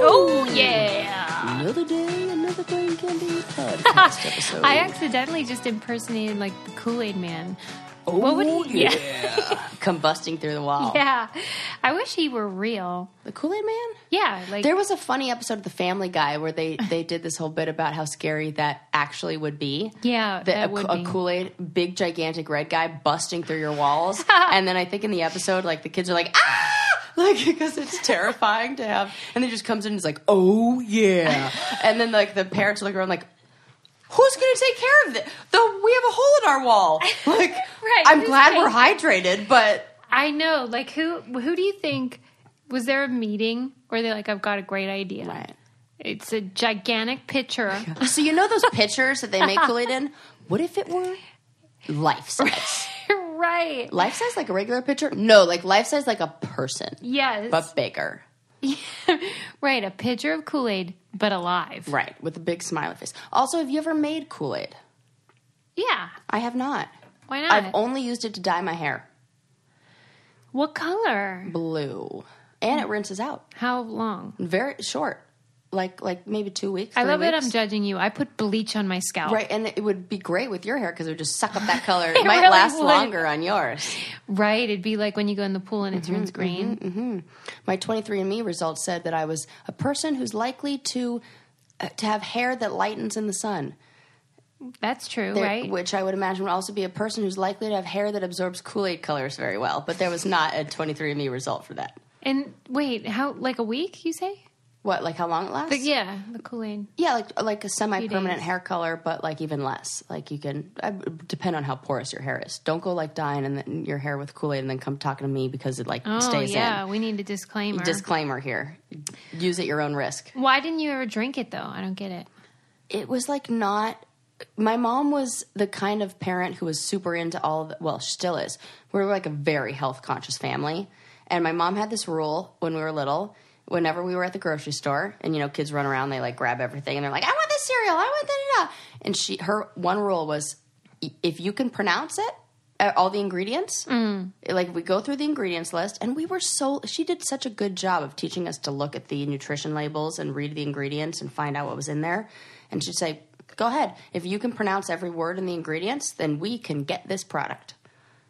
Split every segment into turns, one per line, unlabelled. Oh,
another Brain Candy podcast episode.
I accidentally just impersonated like the Kool Aid Man.
oh,
what would he-
yeah. Combusting through the
Oh.
wall.
Yeah, I wish he were real.
The Kool Aid Man?
Yeah, like
There was a funny episode of The Family Guy where they they did this whole bit about how scary that actually would be.
yeah,
The,
that
a
would
a
be.
Kool Aid, big gigantic red guy busting through your walls, and then I think in the episode, like the kids are like ah, like because it's terrifying to have, and then just comes in and is like oh yeah, and then like the parents look around like. Who's going to take care of this? Though we have a hole in our wall. Like,
Right,
I'm
who's
glad
taking-
we're hydrated, but
I know. Like who? Who do you think? Was there a meeting where they're like, "I've got a great idea. It's a gigantic picture."
So you know those pictures that they make Kool-Aid in? What if it were life size?
right.
life size like a regular picture? No, like life size like a person,
Yes.
but bigger.
right. A picture of Kool Aid, but alive.
Right, with a big smiley face. Also, have you ever made Kool-Aid?
Yeah.
I have not.
Why not?
I've only used it to dye my hair
what color?
blue, and it rinses out.
How long?
Very short, like like maybe two weeks.
I
three
love that
weeks.
I'm judging you. I put bleach on my scalp.
Right, and it would be great with your hair because it would just suck up that color. It,
It
might
really
last
would.
longer on yours.
Right, It'd be like when you go in the pool and
Mm-hmm,
it turns green.
My 23andMe results said that I was a person who's likely to uh, to have hair that lightens in the sun,
That's true,
There-
right?
which I would imagine would also be a person who's likely to have hair that absorbs Kool Aid colors very well. But there was not a 23andMe result for that.
and wait, how like a week? You say?
What, like how long it lasts?
But yeah, the Kool Aid.
Yeah, like like a semi-permanent
days.
hair color, but like even less. Like you can I, depend on how porous your hair is. Don't go like dyeing and then your hair with Kool Aid and then come talking to me because it like
Oh
stays
yeah,
in.
we need a disclaimer.
Disclaimer here: use at your own risk.
Why didn't you ever drink it though? I don't get it.
it was like not my mom was the kind of parent who was super into all of well she still is we were like a very health conscious family and my mom had this rule when we were little whenever we were at the grocery store and you know kids run around they like grab everything and they're like i want this cereal i want da da da and she her one rule was "I- if you can pronounce it uh, all the ingredients like we go through the ingredients list and we were so she did such a good job of teaching us to look at the nutrition labels and read the ingredients and find out what was in there and she'd say go ahead if you can pronounce every word in the ingredients then we can get this product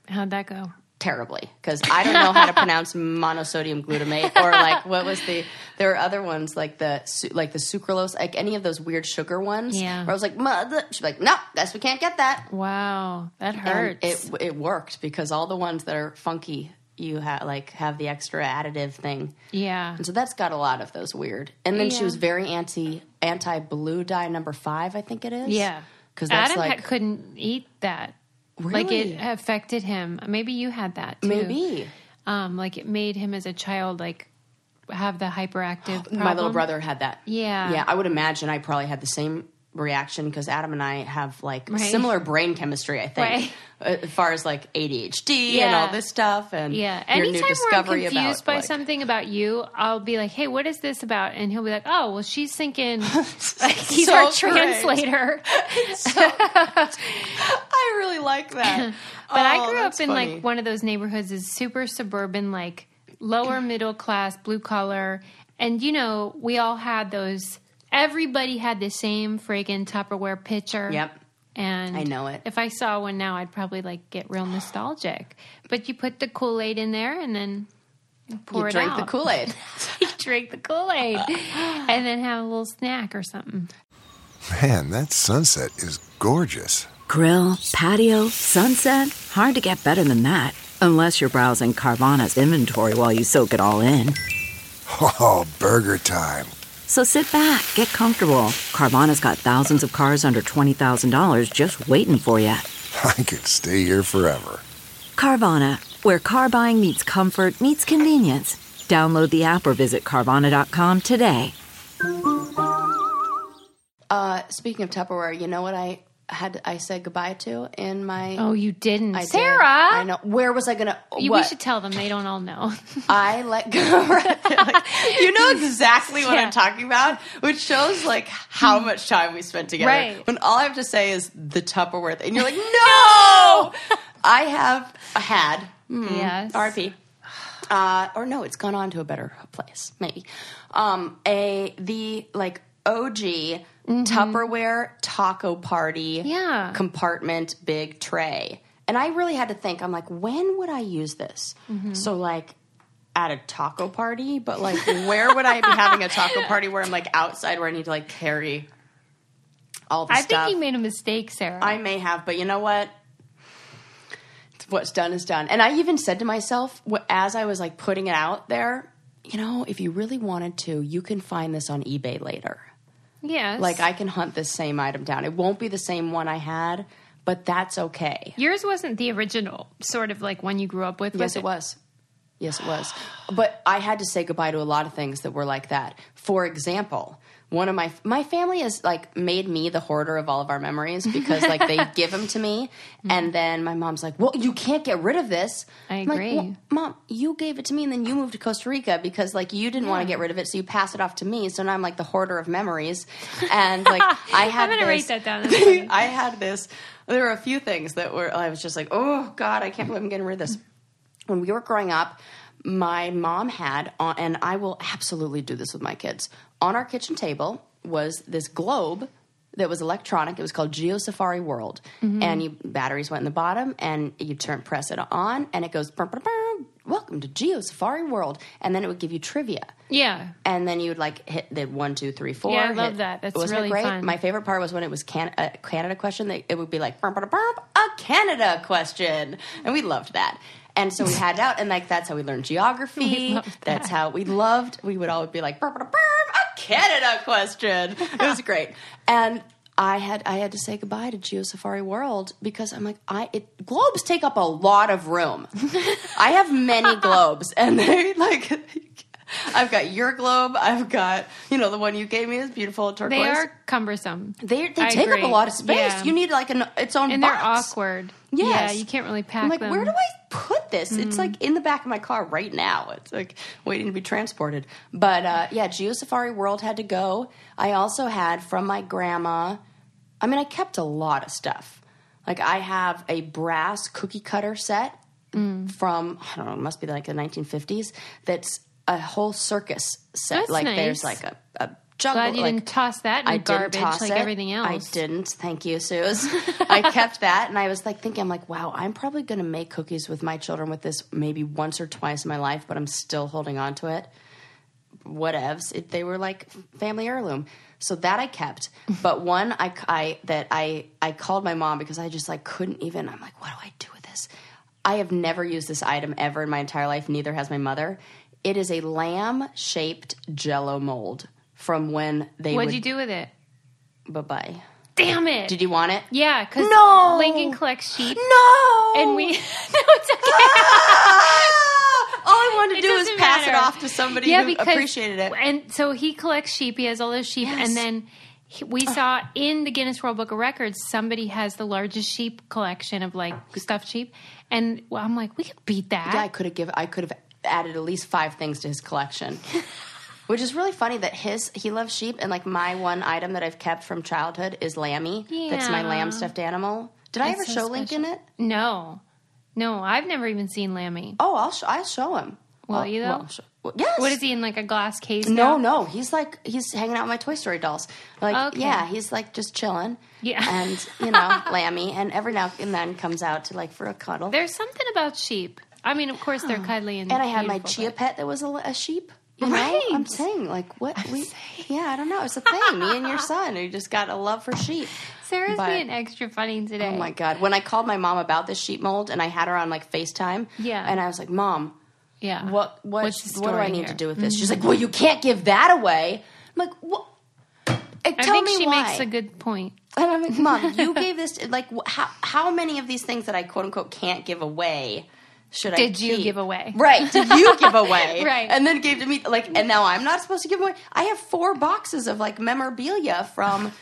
How'd that go?
terribly because i don't know how to pronounce monosodium glutamate or like what was the there were other ones like the su- like the sucralose like any of those weird sugar ones
Yeah.
where i was like "Mother," she'd be like no guess we can't get that
Wow, that
and
hurts.
it it worked because all the ones that are funky, you ha- like have the extra additive thing,
yeah.
and so that's got a lot of those weird. And then she
Yeah.
was very anti anti blue dye number five, I think it is.
Yeah.
because that's
Adam
like
had, couldn't eat that. Like
Really?
it affected him. Maybe you had that too.
maybe
Um, like it made him as a child like have the hyperactive. Problem.
my little brother had that.
Yeah.
yeah, I would imagine I probably had the same reaction because Adam and I have like
Right.
similar brain chemistry. I think uh, as far as like ADHD and
Yeah.
all this stuff, and
Yeah.
your
Anytime
new discovery
where I'm confused
about,
by
like-
something about you, I'll be like, "Hey, what is this about?" And he'll be like, "Oh, well, she's thinking like, he's
So
our
great.
translator."
I really like that. Oh,
But I grew up in like one of those neighborhoods is super suburban, like lower middle class, blue collar, and you know we all had those. Everybody had the same friggin' Tupperware pitcher.
Yep.
And
I know it.
If I saw one now, I'd probably like get real nostalgic. But you put the Kool Aid in there and then pour
you
it
drank
out.
the Kool Aid.
drink the Kool Aid and then have a little snack or something.
Man, that sunset is gorgeous.
Grill, patio, sunset. Hard to get better than that. Unless you're browsing Carvana's inventory while you soak it all in.
Oh, burger time.
So sit back, get comfortable. Carvana's got thousands of cars under $20,000 just waiting for you.
I could stay here forever.
Carvana, where car buying meets comfort, meets convenience. Download the app or visit Carvana.com today.
Uh, speaking of Tupperware, you know what I had? I said goodbye to in my.
Oh, you didn't,
I did.
Sarah.
I know. Where was I gonna?
You-
what?
We should tell them they don't all know.
I let go. Right? Like, you know exactly what
Yeah.
I'm talking about, which shows like how much time we spent together.
Right.
When all I have to say is the Tupperware thing, and you're like, no. I have had
Hmm. yes.
RP. Uh, or no, it's gone on to a better place, maybe. Um, a the like OG Tupperware taco party
Mm-hmm. Yeah.
compartment big tray. And I really had to think, I'm like, when would I use this?
Mm-hmm.
So, like, at a taco party, but like, where would I be having a taco party where I'm like outside where I need to like carry all the
I
stuff?
think you made a mistake, Sarah.
I may have, but you know what? What's done is done. And I even said to myself wh- as I was like putting it out there, you know, if you really wanted to, you can find this on eBay later.
yes.
Like I can hunt this same item down. It won't be the same one I had, but that's okay.
Yours wasn't the original sort of like one you grew up with.
Yes, it was. Yes, it was. But I had to say goodbye to a lot of things that were like that. For example, one of my my family has like made me the hoarder of all of our memories because like they give them to me, and then my mom's like, "Well, you can't get rid of this."
Mm-hmm. I
I'm like,
agree.
"Well, Mom, you gave it to me, and then you moved to Costa Rica because like you didn't want to get rid of it, so you pass it off to me. So now I'm like the hoarder of memories, and like I had.
I'm gonna
this-
write that down. That's funny.
I had this. There were a few things that were. I was just like, oh god, I can't believe I'm getting rid of this. When we were growing up, my mom had, on, and I will absolutely do this with my kids. On our kitchen table was this globe that was electronic. It was called Geo Safari World,
Mm-hmm.
and you batteries went in the bottom, and you turn press it on, and it goes. "Brum, brum, brum. Welcome to Geo Safari World, and then it would give you trivia
yeah.
and then you would like hit the one, two, three, four.
Yeah, I love
hit-
that. That's
wasn't
really
it great.
fun.
My favorite part was when it was can- a Canada question. That it would be like burp, burp, burp, a Canada question, and we loved that. And so we had it out, and like that's how we learned geography. That's how we loved. We would always be like burp, burp, burp, a Canada question. It was great, and. I had I had to say goodbye to Geo Safari World because I'm like I it globes take up a lot of room. I have many globes and they like I've got your globe. I've got you know the one you gave me is beautiful turquoise.
They are cumbersome.
they, they
I
take
agree.
up a lot of space.
Yeah.
You need like an its own
and they're
box.
awkward.
Yes.
Yeah, you can't really pack
I'm like,
them. Mm.
where do I put this? It's like in the back of my car right now. It's like waiting to be transported. But uh, yeah, Geo Safari World had to go. I also had from my grandma. I mean, I kept a lot of stuff. Like I have a brass cookie cutter set
Mm.
from I don't know, it must be like the 1950s. That's a whole circus set.
That's
like
nice.
there's like a, a juggle.
Glad you
like,
didn't toss that in
I
garbage
didn't toss
like
it.
everything else.
I didn't. Thank you, Suze. I kept that, and I was like thinking, I'm like, wow, I'm probably going to make cookies with my children with this maybe once or twice in my life, but I'm still holding on to it. Whatevs. It, they were like family heirloom, so that I kept. But one I, I that I I called my mom because I just like couldn't even. I'm like, what do I do with this? I have never used this item ever in my entire life. Neither has my mother. It is a lamb shaped Jello mold from when they
What'd
would
you do with it?
Bye bye.
Damn it!
Did you want it?
yeah, because
No!
Lincoln collects sheep,
No.
and we. no, it's okay.
Ah! All I wanted to do is
doesn't
pass it
matter.
off to somebody who appreciated it.
And so he collects sheep. He has all those sheep,
Yes.
and then he, we saw in the Guinness World Book of Records somebody has the largest sheep collection of like stuffed sheep, and well, I'm like, we could beat that.
Yeah, I could have give. I could have added at least five things to his collection. Which is really funny that his he loves sheep and like my one item that I've kept from childhood is Lammy. That's my
Yeah.
lamb stuffed animal. Did I ever
so
show Lincoln it?
No, no, I've never even seen Lammy.
Oh, I'll sh- I'll show him.
Will
I'll-
you, though?
well, I'll show- well, yes.
What is he in like a glass case?
No,
now?
no, he's like he's hanging out with my Toy Story dolls. Like,
Okay.
yeah, he's like just chilling.
Yeah.
and you know, Lammy, and every now and then comes out to like for a cuddle.
There's something about sheep. I mean, of course, they're cuddly and
and I had my
beautiful,
chia
but-
pet that was a, a sheep. You know,
Right.
I'm saying like what we, yeah, I don't know. It's a thing. Me and your son, who just got a love for sheep.
Sarah's
But-
being extra funny today.
Oh my god! When I called my mom about this sheep mold, and I had her on like Facetime,
Yeah.
and I was like, "Mom,
Yeah.
what what
What's the
what do I
story
need
here? Mm-hmm.
to do with this?" She's like, "Well, you can't give that away." I'm like, "What?" Tell
I think
me
she
why.
makes a good point.
And I'm like, Mom, you gave this to, like wh- how how many of these things that I quote unquote can't give away should I?
Did you
keep?
give away?
Right? Did you give away?
Right.
And then gave to me like, and now I'm not supposed to give away. I have four boxes of like memorabilia from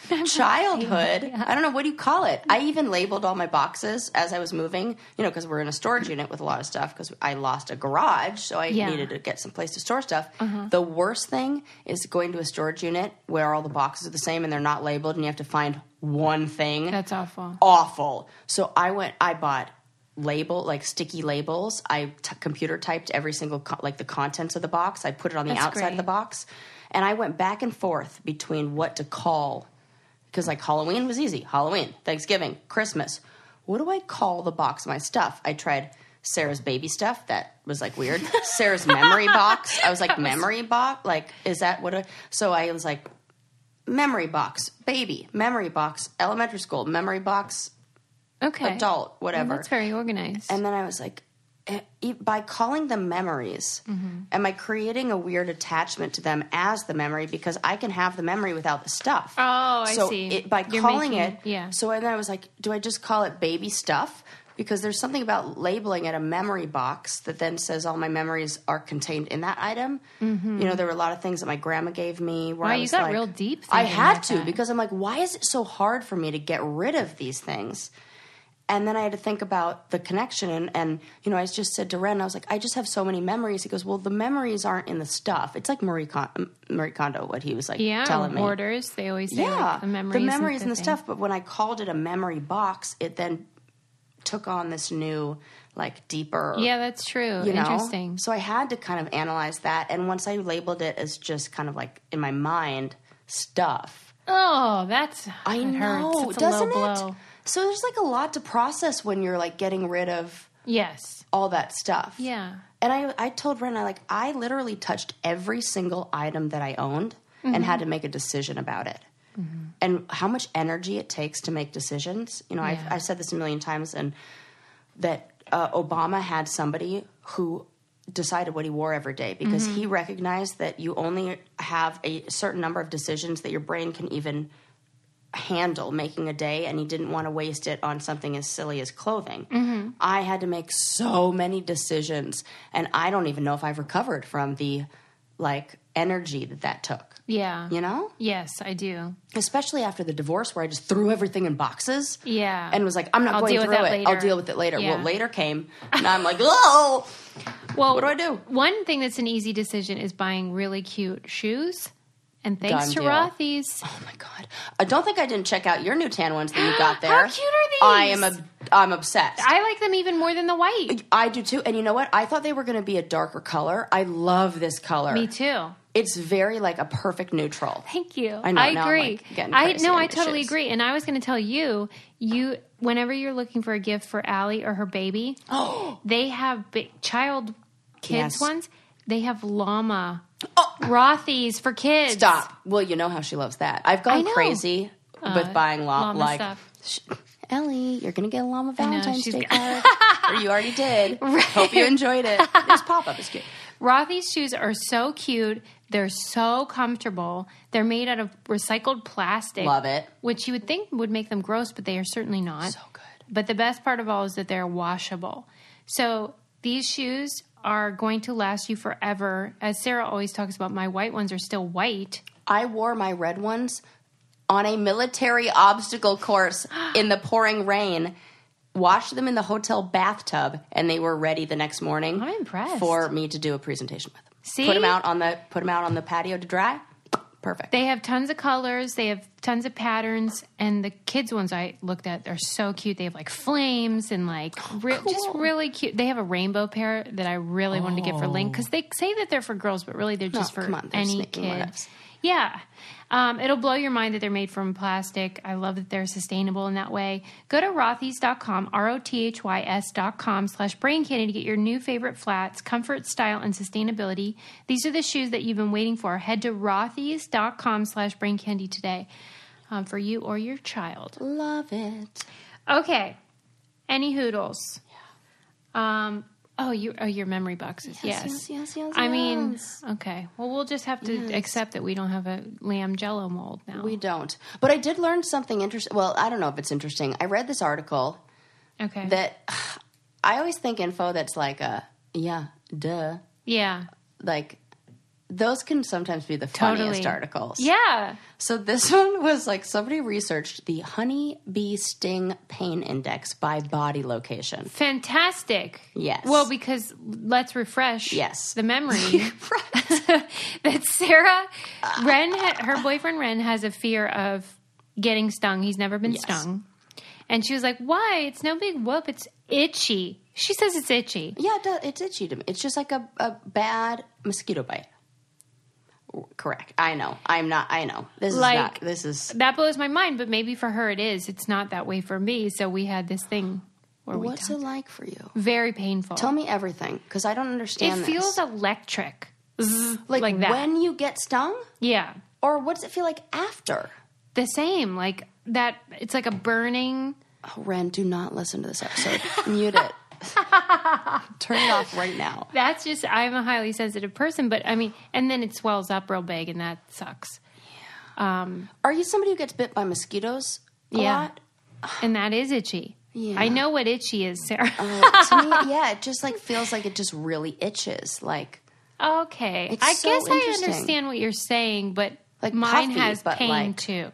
childhood. I don't know what do you call it. I even labeled all my boxes as I was moving, you know, because we're in a storage unit with a lot of stuff because I lost a garage, so I
Yeah.
needed to get some place to store stuff. The worst thing is going to a storage unit where all the boxes are the same and they're not labeled, and you have to find one thing.
That's awful.
Awful. So I went. I bought label like sticky labels. I t- computer typed every single co- like the contents of the box. I put it on the
That's
outside
great.
of the box, And I went back and forth between what to call because like Halloween was easy. Halloween, Thanksgiving, Christmas. What do I call the box of my stuff? I tried Sarah's baby stuff. That was like weird. Sarah's memory box. I was like memory box. Like is that what? I, so I was like memory box, baby, memory box, elementary school, memory box, Oh,
Okay.
adult, whatever.
Well, that's very organized.
And then I was like, eh, e- by calling them memories,
Mm-hmm.
am I creating a weird attachment to them as the memory? Because I can have the memory without the stuff. Oh,
I see.
It, by
You're
calling
making-
it,
yeah.
So and then I was like, do I just call it baby stuff? Because there's something about labeling it a memory box that then says all my memories are contained in that item. You know, there were a lot of things that my grandma gave me. Where
Mm-hmm. Wow,
I
you
was
got
like-
real deep
I
thinking
had
like
to
that.
because I'm like, why is it so hard for me to get rid of these things? And then I had to think about the connection. And, and you know, I just said to Ren, I was like, I just have so many memories. He goes, Well, the memories aren't in the stuff. It's like Marie, Con- Marie Kondo, what he was like
yeah,
telling me.
orders. They always say
yeah,
like, the memories,
and the
thing.
stuff. But when I called it a memory box, it then took on this new, like, deeper.
Yeah, that's true.
you know?
Interesting.
So I had to kind of analyze that. And once I labeled it as just kind of like in my mind stuff,
oh, that's
I
it
know,
hurts. It's a
doesn't
low blow.
it? So there's like a lot to process when you're like getting rid of
Yes.
all that stuff.
Yeah.
And I, I told Ren, I like, I literally touched every single item that I owned and had to make a decision about it. And how much energy it takes to make decisions. You know,
Yeah.
I've, I've said this a million times, and that uh, Obama had somebody who decided what he wore every day because he recognized that you only have a certain number of decisions that your brain can even handle making a day and he didn't want to waste it on something as silly as clothing. I had to make so many decisions and I don't even know if I've recovered from the like energy that that took.
Yeah.
You know?
Yes, I do.
Especially after the divorce where I just threw everything in boxes.
Yeah.
And was like, I'm not
I'll
going
deal with
through
that
it. I'll
later.
deal with it later.
Yeah.
Well, later came, and I'm like, oh,
Well,
What do I do?
One thing that's an easy decision is buying really cute shoes. And thanks
Done
to
deal.
Rothy's,
oh my god! I don't think I didn't check out your new tan ones that you got there.
How cute are these?
I am a, I'm obsessed.
I like them even more than the white.
I do too. And you know what? I thought they were going to be a darker color. I love this color.
Me too.
It's very like a perfect neutral.
Thank you.
I know, now I'm,
agree.
like, getting
I
crazy
no,
on
I
the
totally
shoes.
agree. And I was going to tell you, you whenever you're looking for a gift for Allie or her baby, they have big child kids
Oh! Yes. Oh!
ones. They have llama Rothy's for kids.
Stop. Well, you know how she loves that. I've
I
gone
know. Uh,
crazy with buying llama.
llama
like,
stuff.
Sh- Ellie, you're going to get a llama
know,
Valentine's
she's
Day
g-
card. or you already did. Hope you enjoyed it. This pop up is cute.
Rothy's shoes are so cute. They're so comfortable. They're made out of recycled plastic.
Love it.
Which you would think would make them gross, but they are certainly not. So
good.
But the best part of all is that they're washable. So these shoes are going to last you forever. As Sarah always talks about, my white ones are still white.
I wore my red ones on a military obstacle course in the pouring rain. Washed them in the hotel bathtub, and they were ready the next morning.
I'm impressed.
for me to do a presentation with.
See?
put them out on the put 'em out on the patio to dry. Perfect.
They have tons of colors, they have tons of patterns, and the kids' ones I looked at are so cute. They have like flames and like re- just really cute. They have a rainbow pair that I really wanted to get for Link because they say that they're for girls, but really they're just for
Oh, come on, they're
any
sneaky
kid.
whatevs.
Yeah. Um, it'll blow your mind that they're made from plastic. I love that they're sustainable in that way. Go to rothys.com, R O T H Y S.com slash brain candy to get your new favorite flats, comfort, style, and sustainability. These are the shoes that you've been waiting for. Head to rothys.com slash brain candy today um, for you or your child.
Love it.
Okay. Any hoodles? Yeah. Um, oh, you, oh, your memory boxes. Yes.
yes, yes, yes,
I mean, okay. Well, we'll just have to accept that we don't have a lamb jello mold now.
We don't. But I did learn something interesting. Well, I don't know if it's interesting. I read this article
okay.
that I always think info that's like a yeah, duh,
yeah.
like those can sometimes be the funniest
Totally.
articles.
Yeah.
So this one was like somebody researched the honey bee sting pain index by body location.
Fantastic.
Yes.
Well, because let's refresh
Yes.
the memory that Sarah,
Ah.
Ren, ha- her boyfriend Ren has a fear of getting stung. He's never been stung. And she was like, why? It's no big whoop. It's itchy. She says it's itchy.
Yeah, it does. it's itchy to me. It's just like a, a bad mosquito bite. correct. I know. I'm not. I know. This
Like-
is not. This is
That blows my mind, but maybe for her it is. It's not that way for me. So we had this thing where we
what's
talked.
it like for you?
very painful.
Tell me everything because I don't understand. this.
it feels electric. Zzz, like, that.
when you get stung,
yeah.
or what does it feel like after?
The same. Like that it's like a burning
Oh, Ren, do not listen to this episode. Mute it. Turn it off right now.
that's just I'm a highly sensitive person, but I mean and then it swells up real big and that sucks.
Are you somebody who gets bit by mosquitoes a
Yeah.
lot?
And that is itchy.
Yeah.
I know what itchy is, Sarah.
Uh, to me, yeah, it just like feels like it just really itches. Like
okay.
It's
I
so
guess I
interesting.
understand what you're saying, but
Like
mine
puffy,
has
but
pain
like-
too.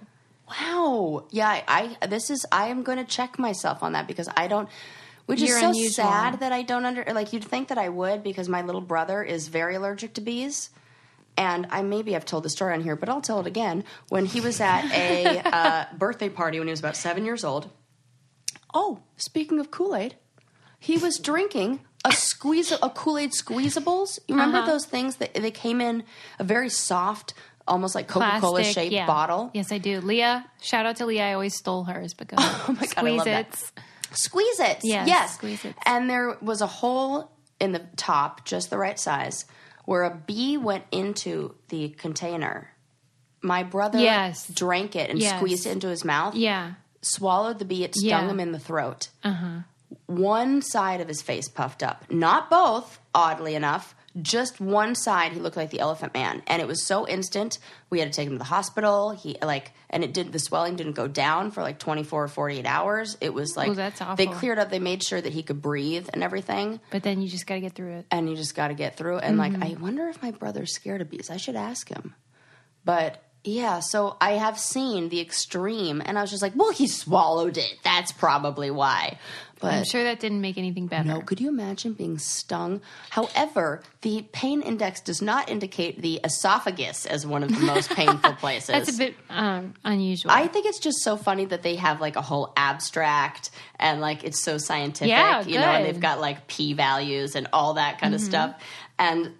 wow, yeah. I, I this is I am going to check myself on that because I don't. Which
You're
is so
unusual.
sad that I don't under like you'd think that I would because my little brother is very allergic to bees. And I maybe I've told the story on here, but I'll tell it again. When he was at a uh, birthday party when he was about seven years old. Oh, speaking of Kool Aid, he was drinking a squeeze a Kool Aid squeezables. You remember
Uh-huh.
those things that they came in a very soft, almost like Coca Cola
Plastic,
shaped
yeah.
bottle.
Yes, I do. Leah, shout out to Leah. I always stole hers, but go oh
my God, I love that. Squeeze it.
Yes,
Yes,
Squeeze Its.
And there was a hole in the top, just the right size, where a bee went into the container. My brother
Yes.
drank it and
Yes.
squeezed it into his mouth.
Yeah.
swallowed the bee. It stung
Yeah. Uh-huh.
him in the throat. One side of his face puffed up. Not both, oddly enough. Just one side, he looked like the Elephant Man, and it was so instant. We had to take him to the hospital. He like, and it did. The swelling didn't go down for like twenty four or forty eight hours. It was like
Ooh, that's awful.
they cleared up. They made sure that he could breathe and everything.
But then you just got to get through it.
And you just got to get through. it. And like, I
Mm-hmm.
wonder if my brother's scared of bees. I should ask him. But yeah, so I have seen the extreme, and I was just like, well, he swallowed it. That's probably why. But
I'm sure that didn't make anything better.
no, could you imagine being stung? However, the pain index does not indicate the esophagus as one of the most painful places.
That's a bit um, unusual.
I think it's just so funny that they have like a whole abstract and like it's so scientific,
Yeah,
you know, and
good. Mm-hmm.
they've got like p values and all that kind of stuff. And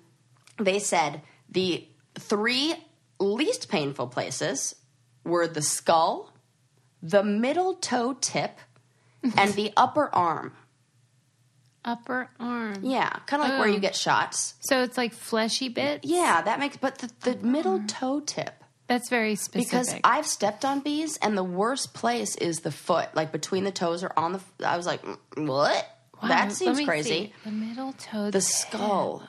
they said the three least painful places were the skull, the middle toe tip, and the upper arm.
Upper arm.
Yeah, kind of like where
Oh.
you get shots.
So it's like fleshy bits.
Yeah, that makes but the, the
Mm.
middle toe tip
That's very specific.
because I've stepped on bees, and the worst place is the foot, like between the toes or on the. f- I was like, "Mm, what?
Wow,
that
let
seems
me
crazy.
see. The middle toe.
The
tip.
skull,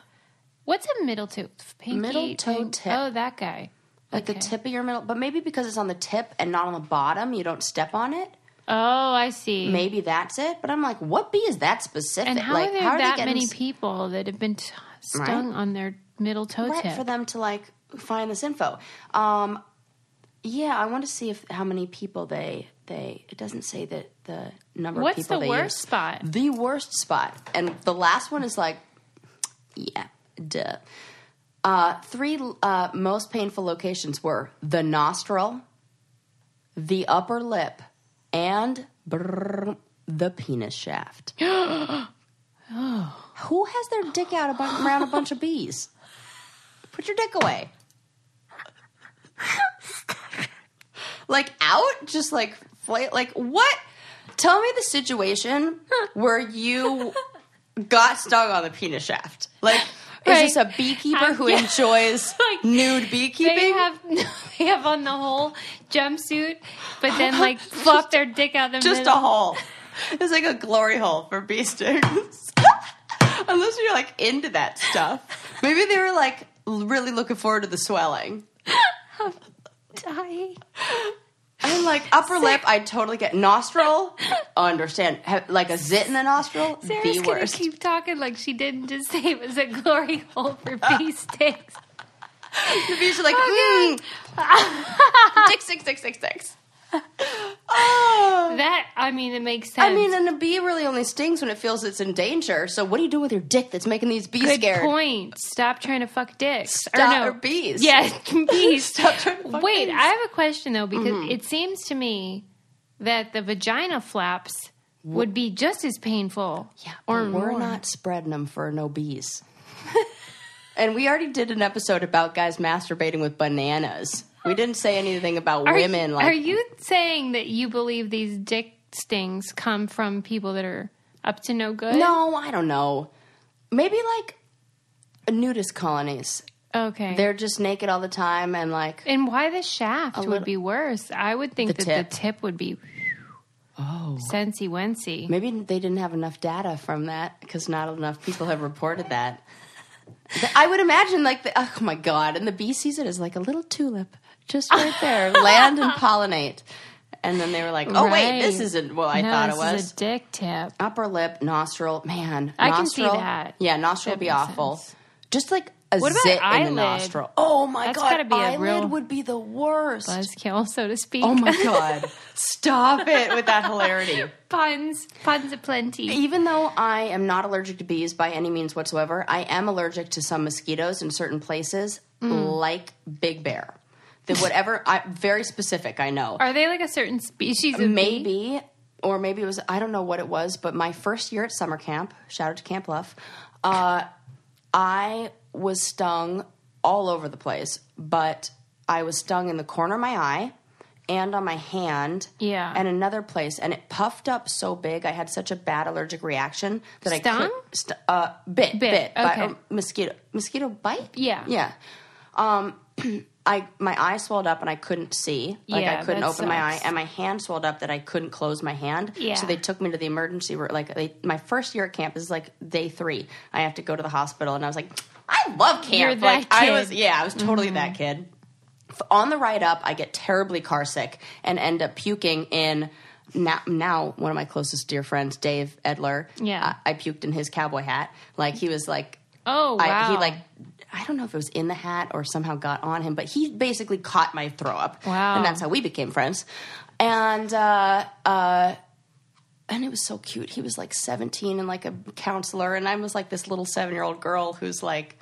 What's a middle toe? Pinky,
Middle toe
pink-
tip.
Oh, that guy.
like
Okay.
the tip of your middle, but maybe because it's on the tip and not on the bottom, you don't step on it.
Oh, I see.
Maybe that's it. But I'm like, what bee is that specific?
And how
like,
are there
they
that
getting
many
s-
people that have been t- stung on their middle toe
right
tip?
for them to like find this info? Um, yeah, I want to see if how many people they they. It doesn't say that the number
What's
of people
the
they
worst
use.
spot?
the worst spot. And the last one is like, yeah, duh. Uh, three uh, most painful locations were the nostril, the upper lip, and brrr, the penis shaft. Who has their dick out a bun- around a bunch of bees? Put your dick away. like out, just like fla- like what? Tell me the situation where you got stung on the penis shaft. Like, is this
Right.
a beekeeper
I-
who
yeah.
enjoys
Like,
nude
They
beekeeping?
have they have on the whole jumpsuit, but then like flop their dick out the
just a
middle.
hole. It's like a glory hole for bee stings. Unless you're like into that stuff. Maybe they were like l- really looking forward to the swelling.
Dying.
I'm like upper lip, I totally get nostril. Oh, Understand? Ha- Like a zit in the nostril,
Sarah's
the
gonna
worst.
keep talking like she didn't just say it was a glory hole for bee sticks.
the bees are like, hmm. dick, dick, dick, dick, dick. Oh.
That I mean, it makes sense.
I mean, and a bee really only stings when it feels it's in danger. So what do you do with your dick that's making these bees
good
scared?
point. Stop trying to fuck dicks
Stop-
or no
or bees.
Yeah, bees.
Stop trying to fuck
Wait,
bees. Mm-hmm.
I have a question though because it seems to me that the vagina flaps would be just as painful.
Yeah,
or
but we're
more.
not spreading them for no bees. And we already did an episode about guys masturbating with bananas. We didn't say anything about
Are you-
women. like,
are you saying that you believe these dick stings come from people that are up to no good?
no, I don't know. Maybe like nudist colonies.
Okay.
They're just naked all the time and like,
and why the shaft would
little-
be worse? I would think
The
that
tip.
the tip would be. Oh. Sensey Wency.
maybe they didn't have enough data from that because not enough people have reported that. I would imagine like, the, oh my God. And the bee sees it as like a little tulip just right there, land and pollinate. And then they were like, oh, wait, this
Right.
isn't what I
no,
thought it
this
was.
Is a dick tip.
upper lip, nostril, man.
I can see
nostril,
that.
Yeah, nostril would be
makes
awful. Just like a
What about
zit in
eyelid?
the nostril. Oh my
That's
god,
gotta be a
eyelid
real
would be the worst.
Buzzkill, so to speak.
Oh my god, stop it with that hilarity.
puns, puns aplenty.
Even though I am not allergic to bees by any means whatsoever, I am allergic to some mosquitoes in certain places, like Big Bear. The whatever, I, very specific. I know.
Are they like a certain species of bee?
maybe or maybe it was i don't know what it was but my first year at summer camp shout out to camp bluff uh, i was stung all over the place but i was stung in the corner of my eye and on my hand
Yeah.
and another place and it puffed up so big i had such a bad allergic reaction that i
Stung?
could st- uh, bit bit, by
okay.
um, mosquito mosquito bite
Yeah.
yeah um I my eye swelled up and I couldn't see. Like
Yeah,
I couldn't
that
open my eye
sucks.
and my hand swelled up that I couldn't close my hand.
Yeah.
So they took me to the emergency room. Like they, my first year at camp is like day three. I have to go to the hospital and I was like, I love camp.
You're that
like I
kid. Mm-hmm.
was yeah, I was totally that kid. F- On the ride up, I get terribly car sick and end up puking in now, now one of my closest dear friends, Dave Edler.
Yeah.
I, I puked in his cowboy hat. Like he was like
Oh wow.
I, he like I don't know if it was in the hat or somehow got on him, but he basically caught my throw up.
Wow.
And that's how we became friends. And uh uh and it was so cute. He was like 17 and like a counselor and I was like this little 7-year-old girl who's like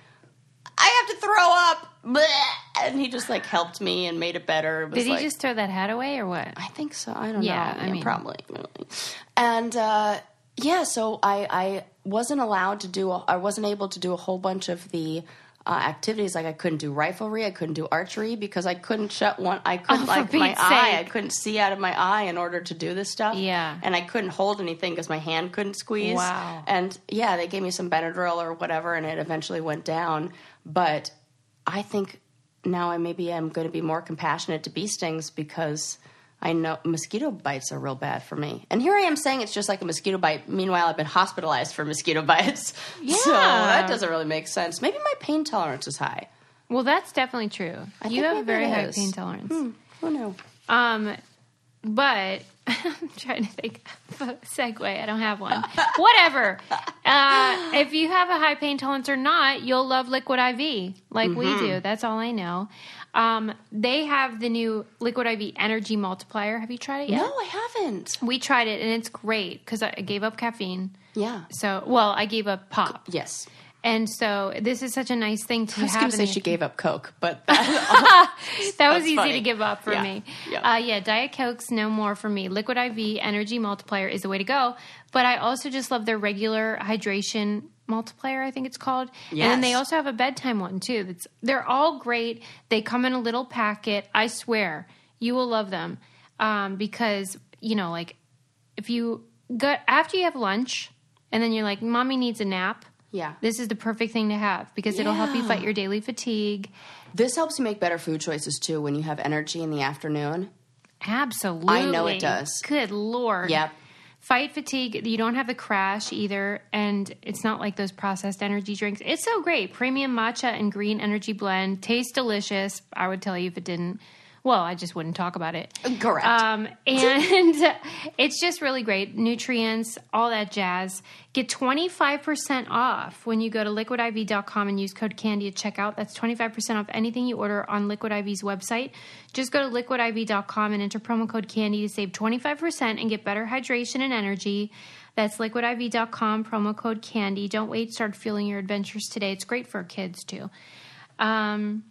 I have to throw up. Bleh! And he just like helped me and made it better. It was
Did he
like-
just throw that hat away or what?
I think so. I don't
Yeah,
know.
I
yeah,
mean-
probably. And uh, yeah, so I, I wasn't allowed to do. I I wasn't able to do a whole bunch of the uh, activities. Like I couldn't do riflery. I couldn't do archery because I couldn't shut one. I couldn't
Oh, for
like my
Pete's
eye. I
sake.
couldn't see out of my eye in order to do this stuff.
Yeah.
and I couldn't hold anything because my hand couldn't squeeze.
Wow.
And yeah, they gave me some Benadryl or whatever, and it eventually went down. But I think now I maybe am going to be more compassionate to bee stings because I know mosquito bites are real bad for me. And here I am saying it's just like a mosquito bite. Meanwhile, I've been hospitalized for mosquito bites. So
Yeah.
that doesn't really make sense. Maybe my pain tolerance is high.
Well, that's definitely true.
think
you have a
maybe
very
it
high
is.
pain tolerance.
Oh no.
Um, but I'm trying to think of a segue. I don't have one. Whatever. Uh, if you have a high pain tolerance or not, you'll love Liquid IV like we
Mm-hmm.
do. That's all I know. Um, they have the new Liquid IV Energy Multiplier. Have you tried it yet?
No, I haven't.
We tried it and it's great because I I gave up caffeine.
Yeah.
So, well, I gave up pop.
Yes.
And so this is such a nice thing to
I was
have.
going to
in
say
the-
she gave up Coke, but
that was
That's
easy
funny.
to give up for
Yeah.
me.
Yeah.
Uh, yeah, Diet Coke's no more for me. Liquid IV Energy Multiplier is the way to go. But I also just love their regular hydration multiplier, I think it's called. And then they
Yes.
also have a bedtime one too. That's they're all great. They come in a little packet. I swear, you will love them um, because you know, like if you go after you have lunch and then you're like, "Mommy needs a nap."
Yeah.
This is the perfect thing to have because it'll help you fight your daily fatigue.
this helps you make better food choices too when you have energy in the afternoon.
Absolutely.
I know it does.
Good lord.
Yep.
Fight fatigue. You don't have the crash either, and it's not like those processed energy drinks. It's so great. Premium matcha and green energy blend tastes delicious. I would tell you if it didn't. Well, I just wouldn't talk about it.
Correct.
Um, and it's just really great. Nutrients, all that jazz. Get 25% off when you go to liquidiv.com and use code CANDY at checkout. That's 25% off anything you order on Liquid IV's website. Just go to liquidiv.com and enter promo code CANDY to save 25% and get better hydration and energy. That's liquidiv.com, promo code CANDY. Don't wait. Start fueling your adventures today. It's great for kids, too. Um,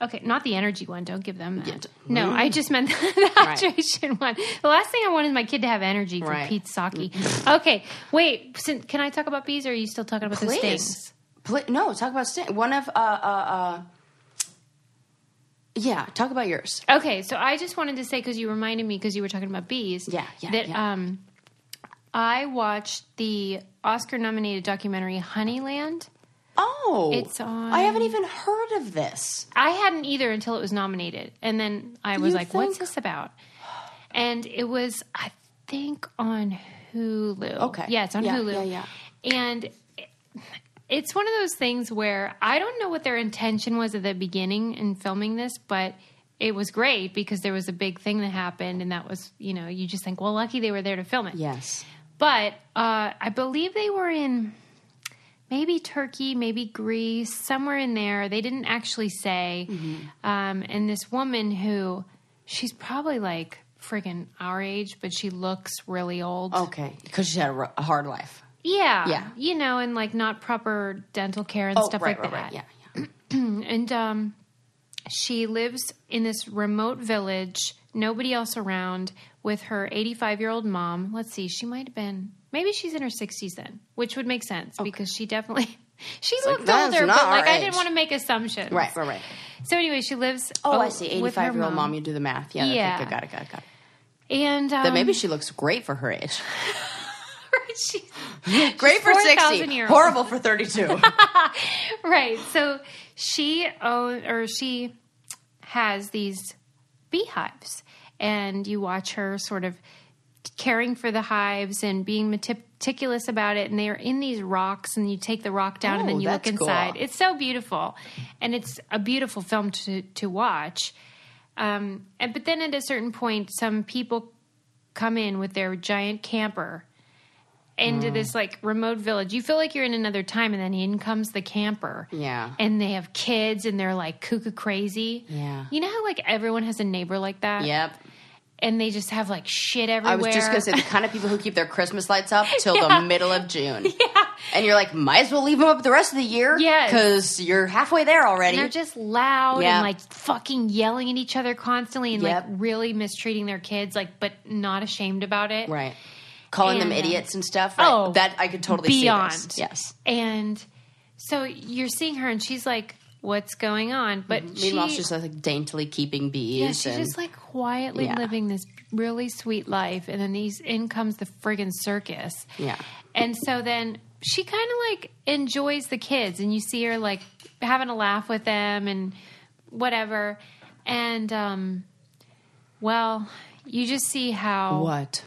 okay, not the energy one. Don't give them that. No, I just meant the hydration one. The last thing I want is my kid to have energy for
Right.
Pete's sake. okay, wait. sin- Can I talk about bees? or Are you still talking about those
Please.
things?
Pla- no, talk about st- one of uh uh uh. Yeah, talk about yours.
Okay, so I just wanted to say because you reminded me because you were talking about bees.
Yeah, yeah,
That
yeah.
um, I watched the Oscar-nominated documentary Honeyland.
Oh,
It's on-
I haven't even heard of this.
I hadn't either until it was nominated, and then I was
You
like, "What's
think-
this about?" And it was, I think, on Hulu.
Okay.
yeah, it's on
Yeah,
Hulu.
yeah,
and it- it's one of those things where I don't know what their intention was at the beginning in filming this, but it was great because there was a big thing that happened, and that was, you know, you just think, "Well, lucky they were there to film it."
Yes.
But uh, I believe they were in maybe Turkey, maybe Greece, somewhere in there. They didn't actually say.
Mm-hmm.
Um, and this woman who she's probably like friggin' our age, but she looks really old.
Okay, because she had a, ro- a hard life.
Yeah.
Oh. Yeah. Oh,
You know, and like not proper dental care and stuff
right,
like
right,
that
right. Yeah, yeah.
and um, she lives in this remote village, nobody else around, with her 85 year old mom. Let's see, she might have been, maybe she's in her 60s then, which would make sense because she definitely. She
like,
looked
that's
older,
not
but
our
like I
age.
didn't want to make assumptions.
Right, right, right.
So anyway, she lives.
Oh, I see.
with her
Eighty-five year old mom. You do the math. Yeah.
Yeah.
Yeah. Got it. Got it. Got it.
and um,
Then maybe she looks great for her age.
she's
Great for
4,000
sixty.
year old.
Horrible for thirty-two.
right. So she own or she has these beehives, and you watch her sort of caring for the hives and being metic- meticulous about it. And they are in these rocks, and you take the rock down, and
Oh,
then you look
that's cool.
inside. It's so beautiful, and it's a beautiful film to to watch. Um, and but then at a certain point, some people come in with their giant camper
Mm.
into this like remote village. You feel like you're in another time, and then in comes the camper.
Yeah.
and they have kids, and they're like cuckoo crazy.
Yeah.
you know how like everyone has a neighbor like that.
yep.
and they just have like shit everywhere.
I was just gonna say the kind of people who keep their Christmas lights up till
Yeah.
the middle of June. Yeah. And you're like, might as well leave them up the rest of the year.
Yes.
Because you're halfway there already.
And they're just loud
Yeah.
and like fucking yelling at each other constantly and
Yep.
like really mistreating their kids, like but not ashamed about it.
right. Calling them
And, um,
idiots and stuff. Right?
oh,
that I could totally
beyond.
see. This. Yes.
And so you're seeing her, and she's like, "What's going on?" But
Meanwhile,
she,
she's like daintily keeping bees.
yeah, she's
and,
just like quietly
Yeah.
living this really sweet life, and then these in comes the friggin' circus.
Yeah.
and so then she kind of like enjoys the kids, and you see her like having a laugh with them and whatever. And um, well, you just see how
what?